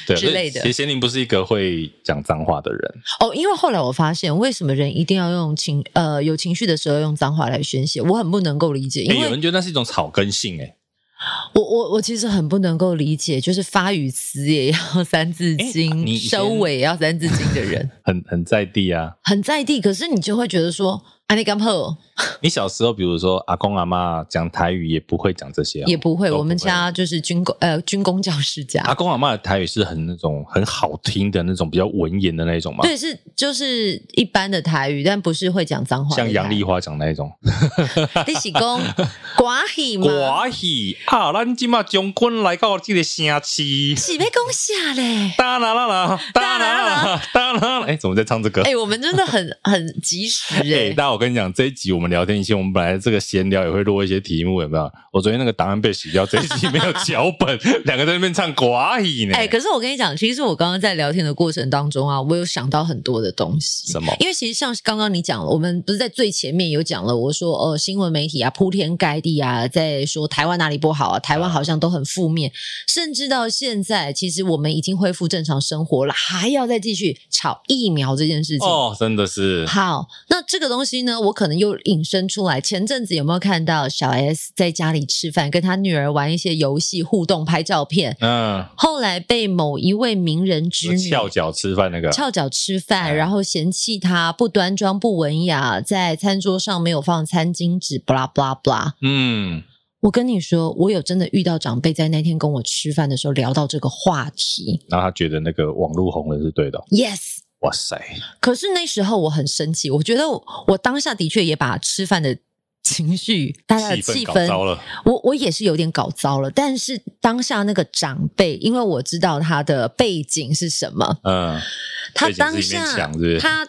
Speaker 1: 对
Speaker 2: 之类
Speaker 1: 所
Speaker 2: 的
Speaker 1: 以其实贤玲不是一个会讲脏话的人，
Speaker 2: 哦，因为后来我发现，为什么人一定要用情呃有情绪的时候用脏话来宣泄，我很不能够理解，
Speaker 1: 哎有
Speaker 2: 因为
Speaker 1: 人觉得那是一种草根性，哎，
Speaker 2: 我我我其实很不能够理解，就是发语词也要三字
Speaker 1: 哎
Speaker 2: 经，
Speaker 1: 你以前
Speaker 2: 收尾也要三字经的 人，
Speaker 1: 很很在地啊。
Speaker 2: 很在地，可是你就会觉得说，啊，你干破
Speaker 1: 你小时候，比如说阿公阿妈讲台语，也不会讲这些啊，
Speaker 2: 也不会，
Speaker 1: 都
Speaker 2: 我们家就是军工呃军工教世家，
Speaker 1: 阿公阿妈的台语是很那种很好听的那种，比较文言的那种嘛，
Speaker 2: 对，是就是一般的台语，但不是会讲脏话的台
Speaker 1: 像
Speaker 2: 语。
Speaker 1: 杨丽花讲那一种。
Speaker 2: 你是讲寡喜吗？
Speaker 1: 歌戏啊，咱即马将军来到这个城市，
Speaker 2: 是被攻下啊嘞。
Speaker 1: 哒啦啦啦，哒啦啦啦，哒啦啦啦。哎，怎么在唱这歌？
Speaker 2: 哎、我们真的很很及时哎、
Speaker 1: 哎， 那我跟你讲，这一集我们聊天以前，我们本来这个闲聊也会落一些题目，有没有？我昨天那个档案被洗掉，这一集没有脚本， 两个在那边唱歌戏呢。
Speaker 2: 哎、可是我跟你讲，其实我刚刚在聊天的过程当中啊，我有想到很多的东西。
Speaker 1: 什么？
Speaker 2: 因为其实像刚刚你讲了，我们不是在最前面有讲了，我说哦，新闻媒体啊铺天盖地啊，在说台湾哪里不好啊，台湾好像都很负面，甚至到现在，其实我们已经恢复正常生活了，还要再继续炒疫苗这件事情。
Speaker 1: 哦，真的是
Speaker 2: 好，那这个东西呢，我可能又引申出来。前阵子有没有看到小 S 在家里吃饭，跟她女儿玩一些游戏互动、拍照片，
Speaker 1: 嗯，
Speaker 2: 后来被某一位名人之女
Speaker 1: 呃翘脚吃饭那个，
Speaker 2: 翘脚吃饭，
Speaker 1: 嗯
Speaker 2: 然后嫌弃她不端庄、不文雅，在餐桌上没有放餐巾纸，b 拉 a 拉 b 拉。
Speaker 1: 嗯，
Speaker 2: 我跟你说，我有真的遇到长辈在那天跟我吃饭的时候聊到这个话题
Speaker 1: 然后他觉得那个网络红人是对的，
Speaker 2: ，yes。
Speaker 1: 哇塞，
Speaker 2: 可是那时候我很生气，我觉得我我当下的确也把吃饭的情绪、大家的
Speaker 1: 气
Speaker 2: 气
Speaker 1: 氛搞
Speaker 2: 氛，
Speaker 1: 糟了，
Speaker 2: 我我也是有点搞糟了。但是当下那个长辈，因为我知道他的背景是什么，
Speaker 1: 嗯，
Speaker 2: 他
Speaker 1: 背景
Speaker 2: 当
Speaker 1: 是一面
Speaker 2: 下
Speaker 1: 墙是不是
Speaker 2: 他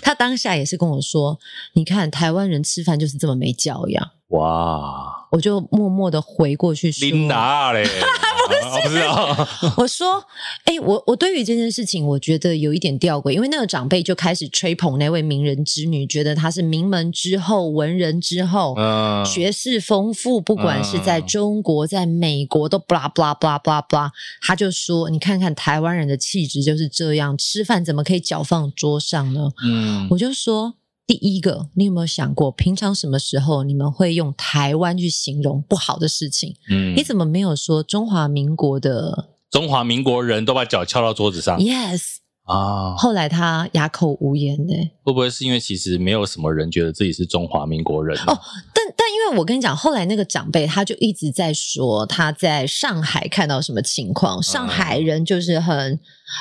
Speaker 2: 他当下也是跟我说，你看台湾人吃饭就是这么没教养。
Speaker 1: 哇，
Speaker 2: 我就默默的回过去说，
Speaker 1: 琳达 嘞，啊不是啊，
Speaker 2: 我说，哎、我我对于这件事情，我觉得有一点吊诡，因为那个长辈就开始吹捧那位名人之女，觉得她是名门之后、文人之后，
Speaker 1: 嗯，
Speaker 2: 学识丰富，不管是在
Speaker 1: 嗯
Speaker 2: 中国、在美国，都 blah blah blah blah blah。他就说，你看看台湾人的气质就是这样，吃饭怎么可以脚放桌上呢？
Speaker 1: 嗯，
Speaker 2: 我就说。第一个，你有没有想过，平常什么时候你们会用台湾去形容不好的事情？
Speaker 1: 嗯
Speaker 2: 你怎么没有说中华民国的
Speaker 1: 中华民国人都把脚翘到桌子上
Speaker 2: Yes，
Speaker 1: 啊？
Speaker 2: 后来他哑口无言呢、
Speaker 1: 会不会是因为其实没有什么人觉得自己是中华民国人呢
Speaker 2: 哦但但因为我跟你讲，后来那个长辈他就一直在说他在上海看到什么情况，上海人就是很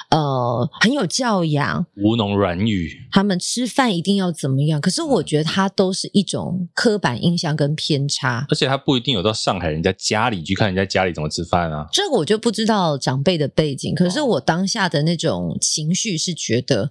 Speaker 2: 呃很有教养，
Speaker 1: 吴侬软语，
Speaker 2: 他们吃饭一定要怎么样。可是我觉得他都是一种刻板印象跟偏差。
Speaker 1: 而且他不一定有到上海人家家里去看人家家里怎么吃饭啊。
Speaker 2: 这个我就不知道长辈的背景，可是我当下的那种情绪是觉得，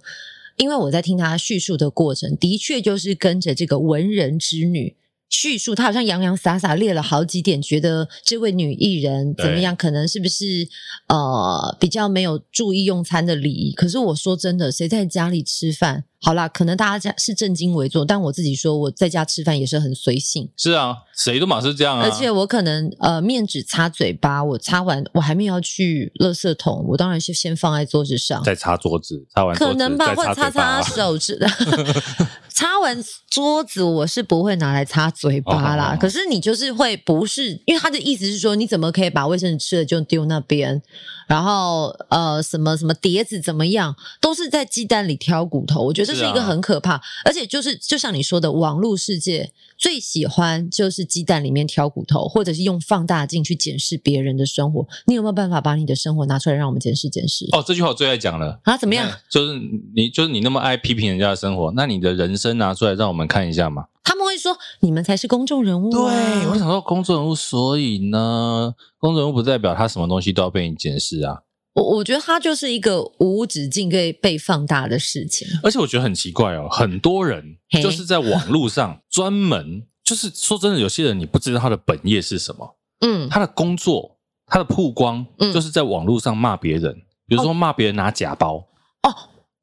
Speaker 2: 因为我在听他叙述的过程，的确就是跟着这个文人之女叙述，她好像洋洋洒洒列了好几点，觉得这位女艺人怎么样，可能是不是呃比较没有注意用餐的礼仪。可是我说真的，谁在家里吃饭？好啦，可能大家是正襟危坐，但我自己说我在家吃饭也是很随性。
Speaker 1: 是啊，谁都嘛是这样啊。
Speaker 2: 而且我可能呃面纸擦嘴巴，我擦完我还没有要去垃圾桶，我当然是先放在桌子上，
Speaker 1: 再擦桌子，擦完桌
Speaker 2: 可
Speaker 1: 子
Speaker 2: 能吧，
Speaker 1: 再
Speaker 2: 或者
Speaker 1: 擦
Speaker 2: 擦
Speaker 1: 嘴巴啊
Speaker 2: 擦手指的。 擦完桌子，我是不会拿来擦嘴巴
Speaker 1: 哦
Speaker 2: 啦。
Speaker 1: 哦哦
Speaker 2: 可是你就是会不是，因为他的意思是说，你怎么可以把卫生纸吃了就丢那边？然后呃，什么什么碟子怎么样，都是在鸡蛋里挑骨头。我觉得这
Speaker 1: 是
Speaker 2: 是一个
Speaker 1: 啊
Speaker 2: 很可怕，而且就是就像你说的，网络世界最喜欢就是鸡蛋里面挑骨头，或者是用放大镜去检视别人的生活。你有没有办法把你的生活拿出来让我们检视检视？
Speaker 1: 哦，这句话我最爱讲了。
Speaker 2: 啊，怎么样？
Speaker 1: 那就是你，就是你那么爱批评人家的生活，那你的人生拿出来让我们看一下嘛。
Speaker 2: 他们会说你们才是公众人物、
Speaker 1: 对，我就
Speaker 2: 啊。
Speaker 1: 想说公众人物，所以呢，公众人物不代表他什么东西都要被你检视啊。
Speaker 2: 我我觉得它就是一个无止境被被放大的事情。
Speaker 1: 而且我觉得很奇怪哦，很多人
Speaker 2: 嘿
Speaker 1: 就是在网络 上专门，就是说真的，有些人你不知道他的本业是什么，
Speaker 2: 嗯，
Speaker 1: 他的工作，他的曝光，
Speaker 2: 嗯哦
Speaker 1: 就是在网络上骂别人，比如说骂别人拿假包，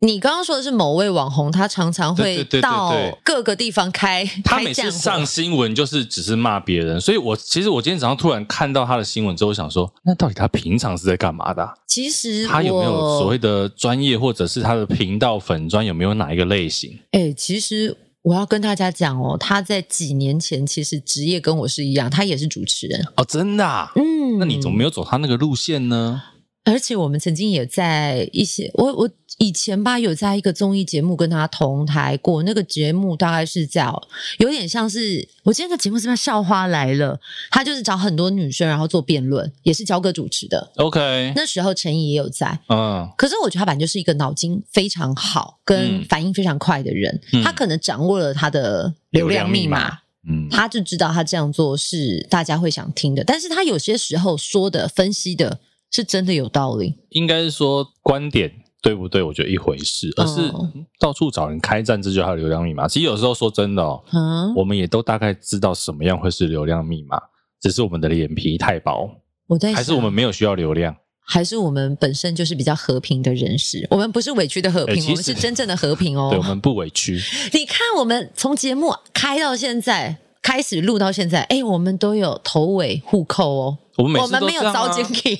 Speaker 2: 你刚刚说的是某位网红，他常常
Speaker 1: 对对
Speaker 2: 会
Speaker 1: 对对
Speaker 2: 到
Speaker 1: 对
Speaker 2: 各个地方开
Speaker 1: 他
Speaker 2: 开
Speaker 1: 每次
Speaker 2: 战火
Speaker 1: 上新闻就是只是骂别人，所以我其实我今天早上突然看到他的新闻之后，我想说，那到底他平常是在干嘛的啊、
Speaker 2: 其实
Speaker 1: 他有没有
Speaker 2: 我
Speaker 1: 所谓的专业，或者是他的频道粉专有没有哪一个类型？
Speaker 2: 哎、其实我要跟大家讲哦，他在几年前其实职业跟我是一样，他也是主持人。
Speaker 1: 哦，真的、啊？
Speaker 2: 嗯，
Speaker 1: 那你怎么没有走他那个路线呢？
Speaker 2: 而且我们曾经也在一些，我我以前吧有在一个综艺节目跟他同台过，那个节目大概是叫有点像是，我记得那节目是不是叫《校花来了》？他就是找很多女生，然后做辩论，也是焦哥主持的。
Speaker 1: OK，
Speaker 2: 那时候陈怡也有在，
Speaker 1: 嗯，
Speaker 2: 可是我觉得他本来就是一个脑筋非常好、跟
Speaker 1: 嗯
Speaker 2: 反应非常快的人，
Speaker 1: 嗯
Speaker 2: 他可能掌握了他的流量
Speaker 1: 流
Speaker 2: 密
Speaker 1: 量密
Speaker 2: 码
Speaker 1: 码。嗯，
Speaker 2: 他就知道他这样做是大家会想听的，但是他有些时候说的、分析的是真的有道理。
Speaker 1: 应该是说观点对不对，我觉得一回事，而是
Speaker 2: 哦
Speaker 1: 到处找人开战，这就是他的流量密码。其实有时候说真的哦，
Speaker 2: 啊，
Speaker 1: 我们也都大概知道什么样会是流量密码，只是我们的脸皮太薄，
Speaker 2: 我在想
Speaker 1: 还是我们没有需要流量。
Speaker 2: 还是我们本身就是比较和平的人士，我们不是委屈的和
Speaker 1: 哎
Speaker 2: 平，
Speaker 1: 其实
Speaker 2: 我们是真正的和平
Speaker 1: 对我
Speaker 2: 哦。
Speaker 1: 们不委屈，
Speaker 2: 你看，我们从节目开到现在，开始录到现在，哎，我们都有头尾互扣哦，
Speaker 1: 我们每
Speaker 2: 我
Speaker 1: 次
Speaker 2: 们
Speaker 1: 都
Speaker 2: 没
Speaker 1: 这
Speaker 2: 有
Speaker 1: 样
Speaker 2: 遭
Speaker 1: 啊
Speaker 2: 经，理，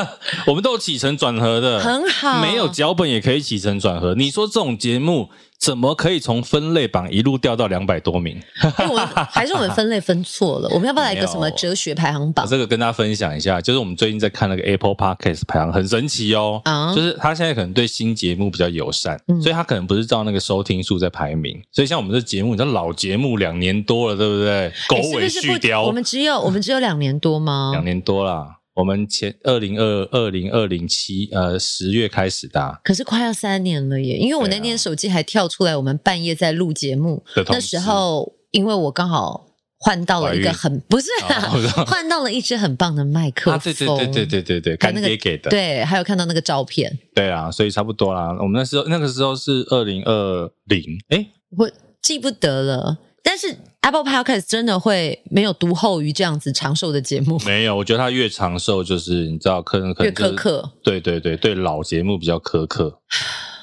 Speaker 1: 我们都有起承转合的，
Speaker 2: 很好，
Speaker 1: 没有脚本也可以起承转合。你说这种节目怎么可以从分类榜一路掉到两百多名？
Speaker 2: 哎我们还是我们分类分错了，我们要不要来一个什么
Speaker 1: 没有
Speaker 2: 哲学排行榜？
Speaker 1: 这个跟大家分享一下，就是我们最近在看那个 Apple Podcast 排行，很神奇哦。
Speaker 2: 啊
Speaker 1: 就是它现在可能对新节目比较友善，
Speaker 2: 嗯
Speaker 1: 所以它可能不是照那个收听数在排名。所以像我们这节目，你知道老节目两年多了，对不对？
Speaker 2: 哎
Speaker 1: 狗
Speaker 2: 是
Speaker 1: 尾
Speaker 2: 不是
Speaker 1: 续
Speaker 2: 不
Speaker 1: 貂，
Speaker 2: 我们只有我们只有两年多吗？
Speaker 1: 两年多啦。我们前二零二二零二零七呃十月开始的啊、
Speaker 2: 可是快要三年了耶，因为我
Speaker 1: 对
Speaker 2: 那
Speaker 1: 啊
Speaker 2: 天手机还跳出来，我们半夜在录节目，
Speaker 1: 的通
Speaker 2: 那
Speaker 1: 知
Speaker 2: 时候因为我刚好换到了一个
Speaker 1: 怀孕
Speaker 2: 很不是、
Speaker 1: 哦
Speaker 2: 啊
Speaker 1: 我知道，
Speaker 2: 换到了一支很棒的麦克
Speaker 1: 啊，
Speaker 2: 风，
Speaker 1: 对对对对对对对，
Speaker 2: 还
Speaker 1: 干
Speaker 2: 有那个
Speaker 1: 爹给的，
Speaker 2: 对，还有看到那个照片，
Speaker 1: 对啊，所以差不多啦。我们那时候那个时候是二零二零，哎，
Speaker 2: 我记不得了。但是 Apple Podcast 真的会没有读后于这样子长寿的 节目，
Speaker 1: 没有，我觉得他越长寿就是你知道，可能可
Speaker 2: 越
Speaker 1: 能就是
Speaker 2: 苛刻。
Speaker 1: 对对对，对老节目比较苛刻，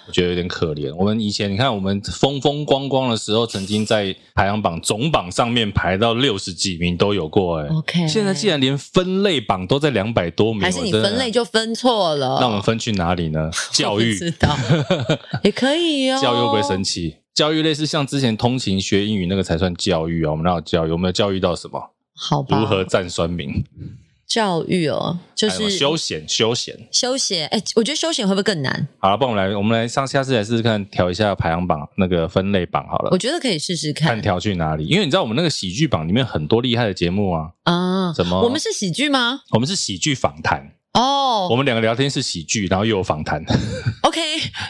Speaker 1: 我觉得有点可怜。我们以前你看，我们风风光光的时候，曾经在排行榜总榜上面排到六十几名都有过、哎、
Speaker 2: OK，
Speaker 1: 现在既然连分类榜都在两百多名，
Speaker 2: 还是你
Speaker 1: 我真的
Speaker 2: 分类，就分错了，
Speaker 1: 那我们分去哪里 呢？教
Speaker 2: 我不
Speaker 1: 育，
Speaker 2: 知 道也可以哦。
Speaker 1: 教育会不会生气？教育类似像之前通勤学英语那个才算教育啊，我们哪有教育？我们有教育到什么？
Speaker 2: 好吧？
Speaker 1: 如何战酸民？
Speaker 2: 教育哦？就
Speaker 1: 还有
Speaker 2: 是
Speaker 1: 休闲，休闲。
Speaker 2: 休闲。哎，我觉得休闲会不会更难？
Speaker 1: 好了，帮我们来，我们来上下次来试试看调一下排行榜那个分类榜好了
Speaker 2: 我，觉得可以试试
Speaker 1: 呃看
Speaker 2: 看
Speaker 1: 调去哪里。因为你知道我们那个喜剧榜里面很多厉害的节目啊，
Speaker 2: 啊。
Speaker 1: 什么
Speaker 2: 我们是喜剧吗？
Speaker 1: 我们是喜剧访谈，我
Speaker 2: 哦
Speaker 1: 们两个聊天是喜剧，然后又有访谈，
Speaker 2: ，OK，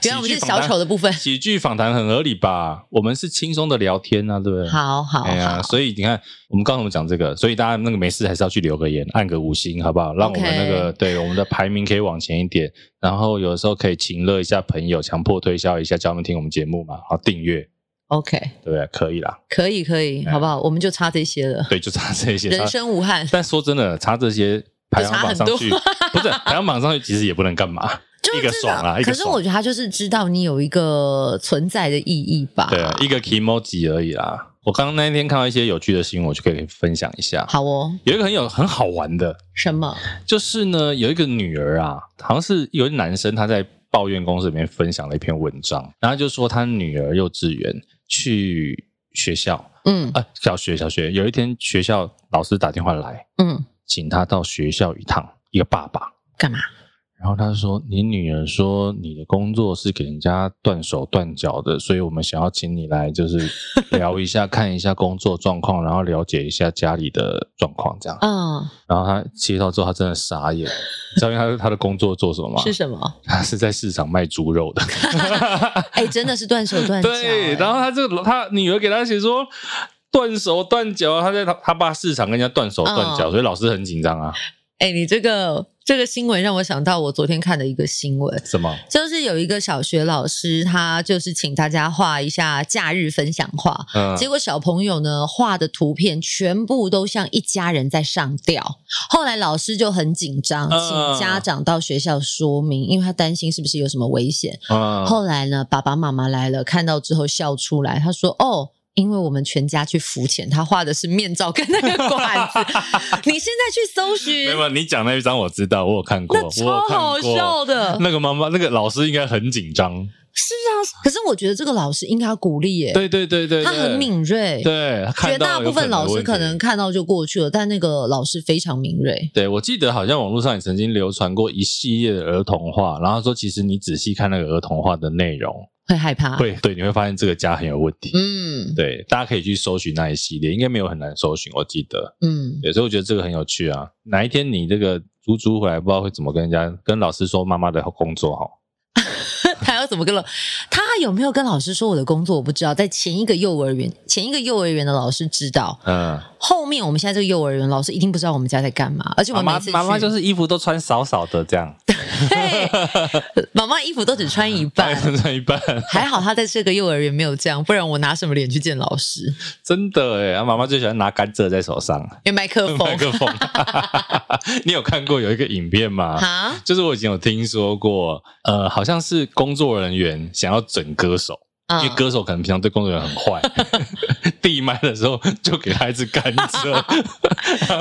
Speaker 2: 原来我们是小丑的部分。
Speaker 1: 喜剧访谈很合理吧？我们是轻松的聊天啊，对不对？
Speaker 2: 好好
Speaker 1: 哎呀，
Speaker 2: 好，
Speaker 1: 所以你看，我们刚刚我们讲这个，所以大家那个没事还是要去留个言，按个五星，好不好？让我们
Speaker 2: OK
Speaker 1: 那个对我们的排名可以往前一点，然后有的时候可以请乐一下朋友，强迫推销一下，叫他们听我们节目嘛，好订阅，
Speaker 2: OK，
Speaker 1: 对不对？可以啦，
Speaker 2: 可以可以，
Speaker 1: 哎
Speaker 2: 好不好？我们就差这些了，
Speaker 1: 对，就差这些。
Speaker 2: 人
Speaker 1: 差
Speaker 2: 生无 憾，
Speaker 1: 但说真的，差这些排行榜上去
Speaker 2: 就，
Speaker 1: 不是排行榜上去，其实也不能干嘛，
Speaker 2: 就是
Speaker 1: 一个
Speaker 2: 知
Speaker 1: 爽啊
Speaker 2: 道
Speaker 1: 啦，一
Speaker 2: 可
Speaker 1: 个
Speaker 2: 是
Speaker 1: 爽
Speaker 2: 我。觉得他就是知道你有一个存在的意义吧。
Speaker 1: 对啊，一个 emoji 而已啦。我刚刚那一天看到一些有趣的新闻，我就可以分享一下。
Speaker 2: 好哦，
Speaker 1: 有一个很有很好玩的，
Speaker 2: 什么？
Speaker 1: 就是呢，有一个女儿啊，好像是有一个男生他在抱怨公司里面分享了一篇文章，然后就说他女儿幼稚园去学校
Speaker 2: 嗯
Speaker 1: 啊、小学小学有一天学校老师打电话来，
Speaker 2: 嗯，
Speaker 1: 请他到学校一趟，一个爸爸，
Speaker 2: 干嘛？
Speaker 1: 然后他说：“你女儿说你的工作是给人家断手断脚的，所以我们想要请你来，就是 聊一下，看一下工作状况，然后了解一下家里的状况，这样。
Speaker 2: 嗯，”
Speaker 1: 然后他接到之后，他真的傻眼，你知道因为他他的工作做什么吗？
Speaker 2: 是什么？
Speaker 1: 他是在市场卖猪肉的。
Speaker 2: 哎，真的是断手断 脚。
Speaker 1: 对，
Speaker 2: 哎
Speaker 1: 然后他就他女儿给他写说。断手断脚，他在他他爸市场跟人家断手断脚，
Speaker 2: 嗯
Speaker 1: 所以老师很紧张啊。
Speaker 2: 哎，你这个这个新闻让我想到我昨天看的一个新闻，
Speaker 1: 什么？
Speaker 2: 就是有一个小学老师，他就是请大家画一下假日分享画。
Speaker 1: 嗯，
Speaker 2: 结果小朋友呢画的图片全部都像一家人在上吊，后来老师就很紧张，
Speaker 1: 嗯
Speaker 2: 请家长到学校说明，因为他担心是不是有什么危险。
Speaker 1: 嗯
Speaker 2: 后来呢，爸爸妈妈来了，看到之后笑出来，他说：“哦。”因为我们全家去浮潜，他画的是面罩跟那个 管子。你现在去搜寻
Speaker 1: 没，有，你讲那一张我知道，我有看过，
Speaker 2: 那
Speaker 1: 我有
Speaker 2: 超
Speaker 1: 看
Speaker 2: 好
Speaker 1: 过
Speaker 2: 笑的。
Speaker 1: 那个妈妈，那个老师应该很紧张。
Speaker 2: 是啊，可是我觉得这个老师应该要鼓励耶，
Speaker 1: 对对对对，
Speaker 2: 他很敏锐。，
Speaker 1: 对，他看
Speaker 2: 绝
Speaker 1: 到
Speaker 2: 大
Speaker 1: 有
Speaker 2: 部分老
Speaker 1: 的
Speaker 2: 师
Speaker 1: 问
Speaker 2: 可
Speaker 1: 题
Speaker 2: 能。看到就过去了，但那个老师非常敏锐。
Speaker 1: 对，我记得好像网络上也曾经流传过一系列的儿童画，然后说其实你仔细看那个儿童画的内容，
Speaker 2: 会害怕，
Speaker 1: 会对你会发现这个家很有问题。
Speaker 2: 啊嗯
Speaker 1: 对，大家可以去搜寻那一系列，应该没有很难搜寻，我记得。
Speaker 2: 嗯，
Speaker 1: 对，所以我觉得这个很有趣啊。哪一天你这个猪猪回来，不知道会怎么跟人家跟老师说妈妈的工作好。
Speaker 2: 他要怎么跟老？他有没有跟老师说我的工作我不知道？在前一个幼儿园，前一个幼儿园的老师知道，
Speaker 1: 嗯，
Speaker 2: 后面我们现在这个幼儿园老师一定不知道我们家在干嘛，而且我
Speaker 1: 妈妈
Speaker 2: 们每次去
Speaker 1: 妈妈就是衣服都穿少少的这样，
Speaker 2: 对，妈妈衣服都只穿一 半。
Speaker 1: 穿一半。
Speaker 2: 还好他在这个幼儿园没有这样，不然我拿什么脸去见老师？
Speaker 1: 真的哎，啊妈妈最喜欢拿甘蔗在手上，
Speaker 2: 因为麦克
Speaker 1: 麦克
Speaker 2: 风
Speaker 1: 风。 你有看过有一个影片吗？
Speaker 2: 啊，
Speaker 1: 就是我以前有听说过，呃，好像是工作人员想要整歌手，因为
Speaker 2: 嗯
Speaker 1: 歌手可能平常对工作人员很 坏，递麦的时候就给他一支甘 蔗，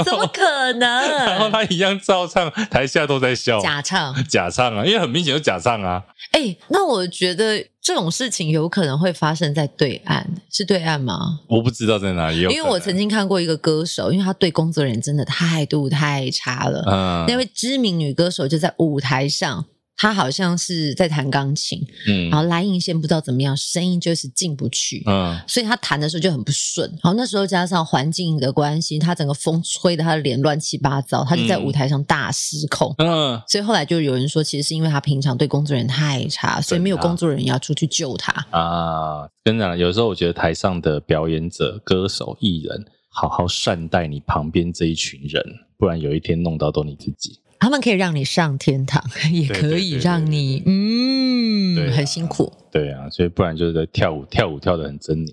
Speaker 2: 怎么可
Speaker 1: 然后
Speaker 2: 能？
Speaker 1: 他一样照唱，台下都在笑，
Speaker 2: 假唱，
Speaker 1: 假唱啊，因为很明显就假唱啊，
Speaker 2: 哎、那我觉得这种事情有可能会发生在对岸，是对岸吗？
Speaker 1: 我不知道在哪里有可
Speaker 2: 因
Speaker 1: 能，
Speaker 2: 为我曾经看过一个歌手，因为他对工作人员真的态度太差了。
Speaker 1: 嗯
Speaker 2: 那位知名女歌手就在舞台上，她好像是在弹钢琴，
Speaker 1: 嗯
Speaker 2: 然后拉音线不知道怎么样，声音就是进不去。
Speaker 1: 嗯
Speaker 2: 所以她弹的时候就很不顺，然后那时候加上环境的关系，她整个风吹的她的脸乱七八糟，她就在
Speaker 1: 嗯
Speaker 2: 舞台上大失控。
Speaker 1: 嗯，
Speaker 2: 所以后来就有人说，其实是因为她平常对工作人员太差，所以
Speaker 1: 啊
Speaker 2: 没有工作人员要出去救她。
Speaker 1: 啊，真的，有时候我觉得台上的表演者、歌手、艺人，好好善待你旁边这一群人，不然有一天弄到都你自己。
Speaker 2: 他们可以让你上天堂， 也
Speaker 1: 对
Speaker 2: 可
Speaker 1: 对
Speaker 2: 以
Speaker 1: 对
Speaker 2: 让
Speaker 1: 对
Speaker 2: 你
Speaker 1: 对
Speaker 2: 嗯
Speaker 1: 对啊
Speaker 2: 很辛苦
Speaker 1: 对啊，所以不然就是在跳舞，跳舞跳得很狰狞。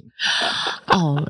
Speaker 2: 哦。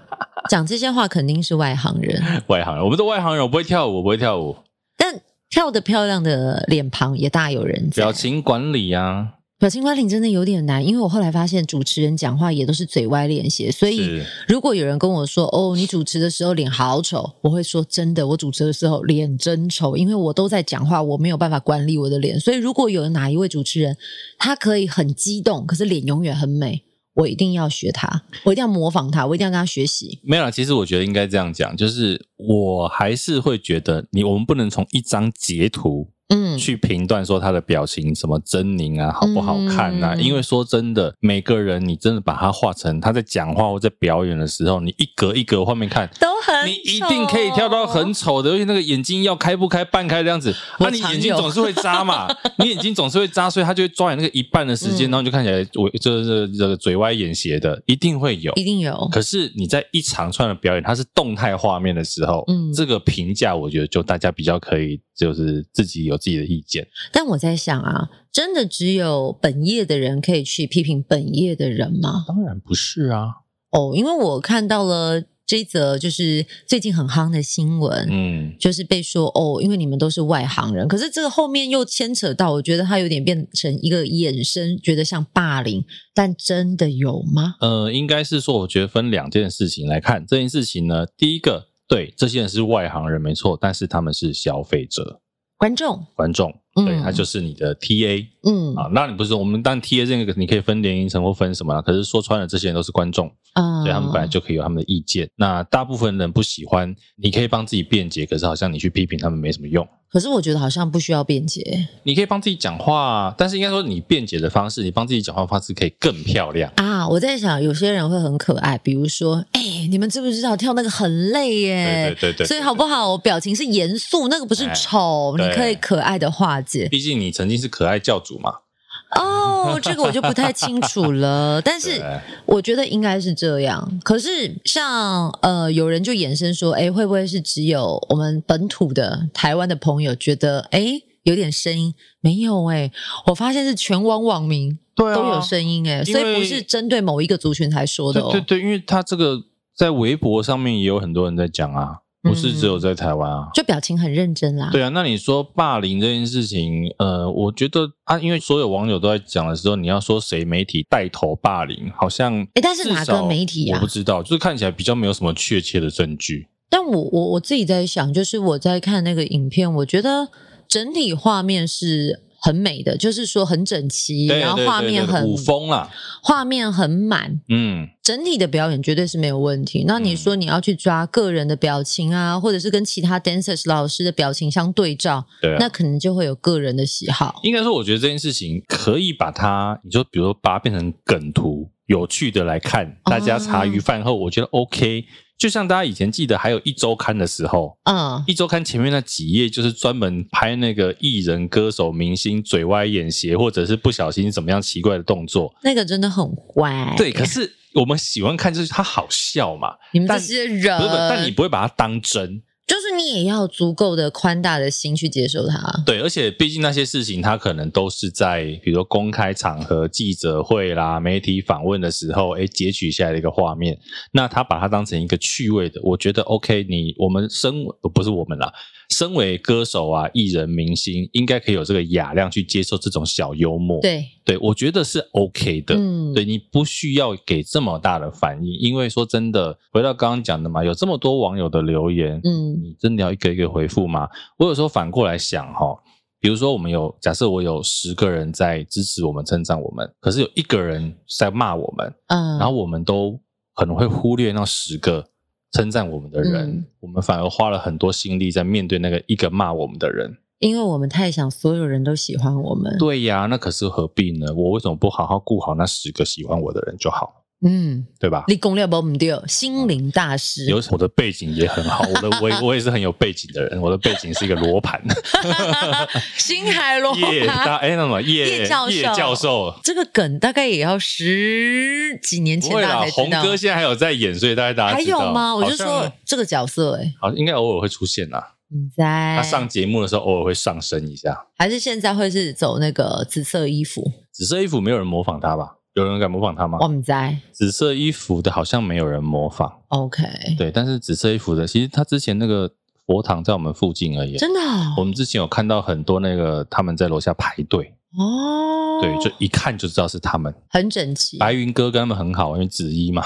Speaker 2: 讲这些话肯定是外行人，
Speaker 1: 外行人，我们是外行人，我不会跳舞，我不会跳舞，
Speaker 2: 但跳得漂亮的脸庞也大有人在。
Speaker 1: 表情管理啊，
Speaker 2: 表情管理真的有点难，因为我后来发现主持人讲话也都是嘴歪脸斜，所以
Speaker 1: 是
Speaker 2: 如果有人跟我说：“哦，你主持的时候脸好丑”，我会说：“真的，我主持的时候脸真丑，因为我都在讲话，我没有办法管理我的脸。”所以如果有哪一位主持人，他可以很激动，可是脸永远很美，我一定要学他，我一定要模仿他，我一定要跟他学习。
Speaker 1: 没有啦。其实我觉得应该这样讲，就是我还是会觉得你，我们不能从一张截图
Speaker 2: 嗯，
Speaker 1: 去评断说他的表情什么狰狞啊，好不好看啊？
Speaker 2: 嗯
Speaker 1: 因为说真的，每个人你真的把他画成他在讲话或在表演的时候，你一格一格画面看。
Speaker 2: 都很哦
Speaker 1: 你一定可以跳到很丑的，而且那个眼睛要开不开、半开的样子，
Speaker 2: 我
Speaker 1: 啊，你
Speaker 2: 常
Speaker 1: 眼睛
Speaker 2: 有
Speaker 1: 总是会扎 嘛，你眼睛总是会扎，所以他就会抓你那个一半的时间，
Speaker 2: 嗯
Speaker 1: 然后你就看起来我这这这嘴歪眼斜的，一定会有。
Speaker 2: 一定有，
Speaker 1: 可是你在一长串的表演，它是动态画面的时候，
Speaker 2: 嗯
Speaker 1: 这个评价我觉得就大家比较可以，就是自己有自己的意见。
Speaker 2: 但我在想啊，真的只有本业的人可以去批评本业的人吗？
Speaker 1: 当然不是啊，
Speaker 2: 哦，因为我看到了这则就是最近很夯的新闻，
Speaker 1: 嗯，
Speaker 2: 就是被说哦，因为你们都是外行人。可是这个后面又牵扯到，我觉得它有点变成一个衍生，觉得像霸凌，但真的有吗？
Speaker 1: 呃，应该是说，我觉得分两件事情来看这件事情呢。第一个，对这些人是外行人没错，但是他们是消费者、
Speaker 2: 观众，
Speaker 1: 观众，
Speaker 2: 嗯
Speaker 1: 对他就是你的 TA
Speaker 2: 嗯
Speaker 1: 啊。那你不是我们当然 TA 这个，你可以分年龄层或分什么啊啦可是说穿了，这些人都是观众，
Speaker 2: 啊
Speaker 1: 所以他们本来就可以有他们的意见。那大部分人不喜欢，你可以帮自己辩解，可是好像你去批评他们没什么用。
Speaker 2: 可是我觉得好像不需要辩解
Speaker 1: 你可以帮自己讲话，但是应该说你辩解的方式，你帮自己讲话的方式可以更漂 亮。
Speaker 2: 啊。我在想，有些人会很可爱，比如说，哎、你们知不知道跳那个很累
Speaker 1: 对
Speaker 2: 耶？
Speaker 1: 对对对
Speaker 2: 哎所以好不好？我表情是严肃，那个不是
Speaker 1: 哎
Speaker 2: 丑，你
Speaker 1: 对
Speaker 2: 可以可爱的化解。
Speaker 1: 毕竟你曾经是可爱教主嘛，
Speaker 2: 哦，这个我就不太清楚了，但是
Speaker 1: 对
Speaker 2: 我觉得应该是这样。可是像呃，有人就衍生说，哎，会不会是只有我们本土的台湾的朋友觉得，哎，有点声音？没有哎、我发现是全网网民
Speaker 1: 对啊
Speaker 2: 都有声音哎、
Speaker 1: 因
Speaker 2: 所
Speaker 1: 为
Speaker 2: 以不是针对某一个族群才说的哦。
Speaker 1: 对对对，因为他这个在微博上面也有很多人在讲啊，不是
Speaker 2: 嗯
Speaker 1: 只有在台湾啊。
Speaker 2: 就表情很认真啦。
Speaker 1: 对啊，那你说霸凌这件事情，呃，我觉得啊，因为所有网友都在讲的时候，你要说谁媒体带头霸凌，好像
Speaker 2: 诶但是哪个
Speaker 1: 至少
Speaker 2: 媒体啊
Speaker 1: 我不知道，就是看起来比较没有什么确切的证据。
Speaker 2: 但我我我自己在想，就是我在看那个影片，我觉得整体画面是很美的，就是说很整齐，
Speaker 1: 对
Speaker 2: 然后
Speaker 1: 对
Speaker 2: 画
Speaker 1: 对
Speaker 2: 面
Speaker 1: 对对
Speaker 2: 很
Speaker 1: 五风啦，
Speaker 2: 画面很满，
Speaker 1: 嗯，
Speaker 2: 整体的表演绝对是没有问题。那你说你要去抓个人的表情啊，或者是跟其他 dancers 老师的表情相对照，
Speaker 1: 对啊。
Speaker 2: 那可能就会有个人的喜好。
Speaker 1: 应该说，我觉得这件事情可以把它，你就比如说把它变成梗图，有趣的来看，
Speaker 2: 哦
Speaker 1: 大家茶余饭后，我觉得 OK。就像大家以前记得还有一周刊的时候，
Speaker 2: 嗯，
Speaker 1: 一周刊前面那几页就是专门拍那个艺人、歌手、明星嘴歪眼斜，或者是不小心怎么样奇怪的动作。
Speaker 2: 那个真的很坏。
Speaker 1: 对，可是我们喜欢看，就是它好笑嘛，
Speaker 2: 你们这
Speaker 1: 但
Speaker 2: 些
Speaker 1: 不
Speaker 2: 人，
Speaker 1: 是不是，但你不会把它当真。
Speaker 2: 就是你也要足够的宽大的心去接受它。
Speaker 1: 对，而且毕竟那些事情，他可能都是在比如说公开场合、记者会啦、媒体访问的时候，哎，截取下来的一个画面。那他把它当成一个趣味的，我觉得 OK 你。我们身为呃不是我们啦，身为歌手啊、艺人、明星，应该可以有这个雅量去接受这种小幽默。，
Speaker 2: 对，
Speaker 1: 对我觉得是 OK 的。
Speaker 2: 嗯，
Speaker 1: 对你不需要给这么大的反应，因为说真的，回到刚刚讲的嘛，有这么多网友的留言，
Speaker 2: 嗯
Speaker 1: 你真的要一个一个回复吗？我有时候反过来想哈、比如说我们有假设我有十个人在支持我们、称赞我们，可是有一个人在骂我们，
Speaker 2: 嗯，
Speaker 1: 然后我们都可能会忽略那十个称赞我们的人，
Speaker 2: 嗯
Speaker 1: 我们反而花了很多心力在面对那个一个骂我们的人。
Speaker 2: 因为我们太想所有人都喜欢我们，
Speaker 1: 对呀，那可是何必呢？我为什么不好好顾好那十个喜欢我的人就好？
Speaker 2: 嗯，
Speaker 1: 对吧？
Speaker 2: 立功料包唔对，心灵大师。
Speaker 1: 有我的背景也很好，我的我也我也是很有背景的人，我的背景是一个罗盘，
Speaker 2: 星海罗
Speaker 1: 叶 大哎那什么叶
Speaker 2: 叶教授
Speaker 1: 叶教授，
Speaker 2: 这个梗大概也要十几年
Speaker 1: 不
Speaker 2: 前
Speaker 1: 会
Speaker 2: 大
Speaker 1: 啦
Speaker 2: 家才，
Speaker 1: 红
Speaker 2: 知道。
Speaker 1: 哥现在还有在演，所以大概大家
Speaker 2: 还
Speaker 1: 知道
Speaker 2: 有吗？我就
Speaker 1: 好
Speaker 2: 说
Speaker 1: 像
Speaker 2: 这个角色、欸，哎，
Speaker 1: 好应该偶尔会出现啦。
Speaker 2: 你在
Speaker 1: 他上节目的时候偶尔会上升一下，
Speaker 2: 还是现在会是走那个紫色衣服？
Speaker 1: 紫色衣服没有人模仿他吧？有人敢模仿他吗
Speaker 2: 我？们在
Speaker 1: 紫色衣服的好像没有人模仿，
Speaker 2: OK，
Speaker 1: 对，但是紫色衣服的其实他之前那个佛堂在我们附近而已，
Speaker 2: 真的
Speaker 1: 我
Speaker 2: 哦
Speaker 1: 们之前有看到很多那个他们在楼下排队，
Speaker 2: 哦，
Speaker 1: 对，就一看就知道是他们。
Speaker 2: 很整齐。
Speaker 1: 白云哥跟他们很好，因为紫衣嘛，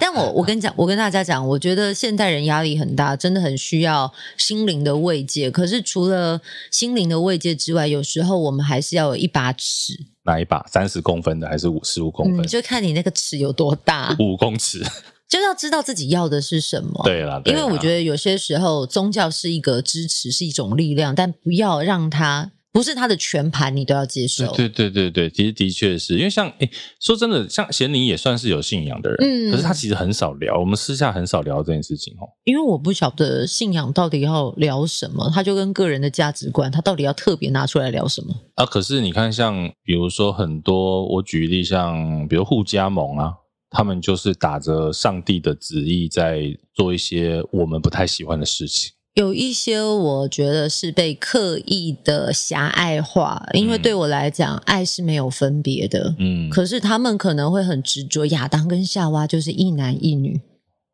Speaker 2: 但我我跟你讲，我跟大家讲，我觉得现代人压力很大，真的很需要心灵的慰藉。可是除了心灵的慰藉之外，有时候我们还是要有一把尺，
Speaker 1: 哪一把三十公分的还是五十五公
Speaker 2: 嗯，
Speaker 1: 分？
Speaker 2: 就看你那个尺有多大，
Speaker 1: 五公尺，
Speaker 2: 就要知道自己要的是什么。
Speaker 1: 对啦，对啊
Speaker 2: 哦因
Speaker 1: 啦
Speaker 2: 为我觉得有些时候宗教是一个支持，是一种力量，但不要让它不是它的全盘，你都要接受。
Speaker 1: 呃对对对对对，其实的确是因为像诶，说真的，像贤宁也算是有信仰的人，
Speaker 2: 嗯
Speaker 1: 可是他其实很少聊，我们私下很少聊这件事情哦。
Speaker 2: 因为我不晓得信仰到底要聊什么，它就跟个人的价值观，它到底要特别拿出来聊什么？
Speaker 1: 啊，可是你看像，比如说很多，我举例像，比如互加盟啊，他们就是打着上帝的旨意在做一些我们不太喜欢的事情。
Speaker 2: 有一些我觉得是被刻意的狭隘化，因为
Speaker 1: 嗯
Speaker 2: 对我来讲，爱是没有分别的。
Speaker 1: 嗯，
Speaker 2: 可是他们可能会很执着，亚当跟夏娃就是一男一女，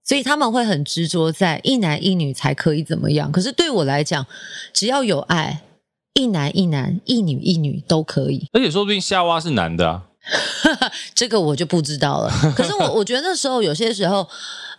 Speaker 2: 所以他们会很执着在一男一女才可以怎么样。可是对我来讲，只要有爱，一男一男，一女一女都可以。
Speaker 1: 而且说不定夏娃是男的啊，
Speaker 2: 这个我就不知道 了。可是我我觉得那时候有些时候，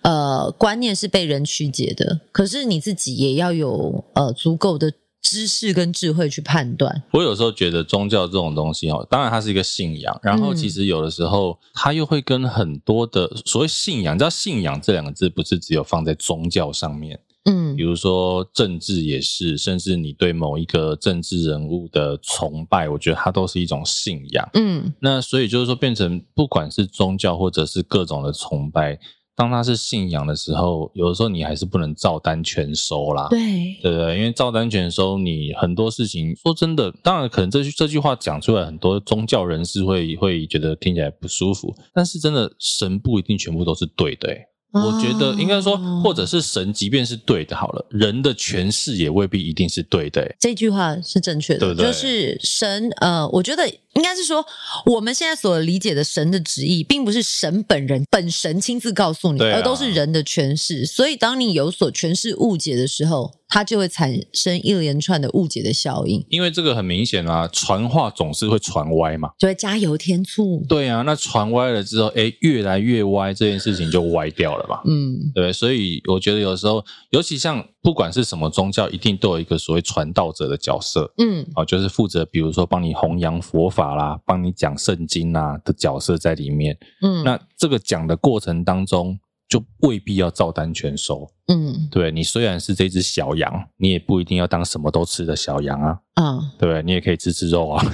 Speaker 2: 呃，观念是被人曲解的。可是你自己也要有呃足够的知识跟智慧去判断。
Speaker 1: 我有时候觉得宗教这种东西哦，当然它是一个信仰，然后其实有的时候它又会跟很多的所谓信仰，你知道“信仰”这两个字不是只有放在宗教上面，
Speaker 2: 嗯
Speaker 1: 比如说政治也是，甚至你对某一个政治人物的崇拜，我觉得它都是一种信仰。
Speaker 2: 嗯
Speaker 1: 那所以就是说，变成不管是宗教或者是各种的崇拜，当它是信仰的时候，有的时候你还是不能照单全收啦。
Speaker 2: 对，
Speaker 1: 对不对？因为照单全收，你很多事情说真的，当然可能这句这句话讲出来，很多宗教人士会会觉得听起来不舒服。但是真的，神不一定全部都是对的、欸。我觉得应该说，
Speaker 2: 哦
Speaker 1: 或者是神即便是对的，好了，人的诠释也未必一定是对的、欸。
Speaker 2: 这句话是正确的，
Speaker 1: 对不对
Speaker 2: 就是神，呃，我觉得应该是说，我们现在所理解的神的旨意，并不是神本人本神亲自告诉你，
Speaker 1: 对啊
Speaker 2: 而都是人的诠释。所以，当你有所诠释误解的时候，它就会产生一连串的误解的效应，
Speaker 1: 因为这个很明显啊，传话总是会传歪嘛。
Speaker 2: 就会加油添醋。
Speaker 1: 对啊，那传歪了之后，哎，越来越歪，这件事情就歪掉了嘛。
Speaker 2: 嗯，
Speaker 1: 对，所以我觉得有时候，尤其像不管是什么宗教，一定都有一个所谓传道者的角色。
Speaker 2: 嗯，
Speaker 1: 哦，就是负责比如说帮你弘扬佛法啦，帮你讲圣经啦的角色在里面。
Speaker 2: 嗯，
Speaker 1: 那这个讲的过程当中，就未必要照单全收。
Speaker 2: 嗯
Speaker 1: 对你虽然是这只小羊，你也不一定要当什么都吃的小羊啊，
Speaker 2: 啊，
Speaker 1: 对不对？你也可以吃吃肉啊。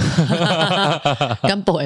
Speaker 2: 跟 boy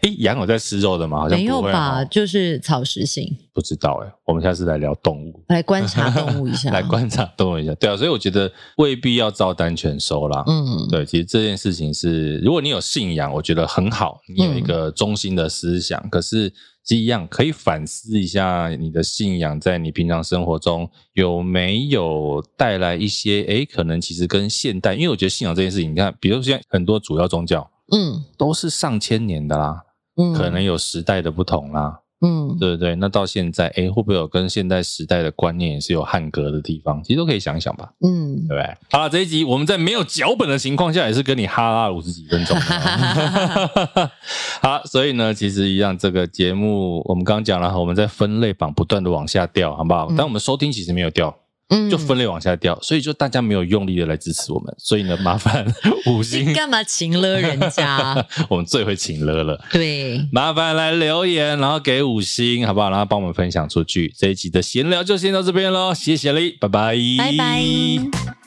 Speaker 1: 诶，羊有在吃肉的吗？好像
Speaker 2: 没有
Speaker 1: 不会
Speaker 2: 吧？
Speaker 1: 哦
Speaker 2: 就是草食性，
Speaker 1: 不知道诶，我们下次来聊动物。
Speaker 2: 来观察动物一下，
Speaker 1: 来观察动物一下，对啊，所以我觉得未必要照单全收啦。
Speaker 2: 嗯，
Speaker 1: 对，其实这件事情是，如果你有信仰，我觉得很好，你有一个中心的思想。可是，一样可以反思一下你的信仰在你平常生活中有没有带来一些，诶，可能其实跟现代，因为我觉得信仰这件事情，你看，比如像很多主要宗教
Speaker 2: 嗯
Speaker 1: 都是上千年的啦，
Speaker 2: 嗯，
Speaker 1: 可能有时代的不同啦，
Speaker 2: 嗯，
Speaker 1: 对不对？那到现在，诶，会不会有跟现代时代的观念也是有汉格的地方？其实都可以想一想吧。
Speaker 2: 嗯。
Speaker 1: 对不对？好了，这一集我们在没有脚本的情况下，也是跟你哈拉五十几分钟。啊好，所以呢，其实一样，这个节目我们刚刚讲了，我们在分类榜不断的往下掉，好不好？
Speaker 2: 嗯
Speaker 1: 但我们收听其实没有掉，
Speaker 2: 嗯
Speaker 1: 就分类往下掉，所以就大家没有用力的来支持我们，所以呢，麻烦五
Speaker 2: 你
Speaker 1: 星，
Speaker 2: 干嘛情了人 家？
Speaker 1: 我们最会请了了。
Speaker 2: 对，
Speaker 1: 麻烦来留言，然后给五星，好不好？然后帮我们分享出去。这一集的闲聊就先到这边喽，谢谢你，拜拜，
Speaker 2: 拜拜。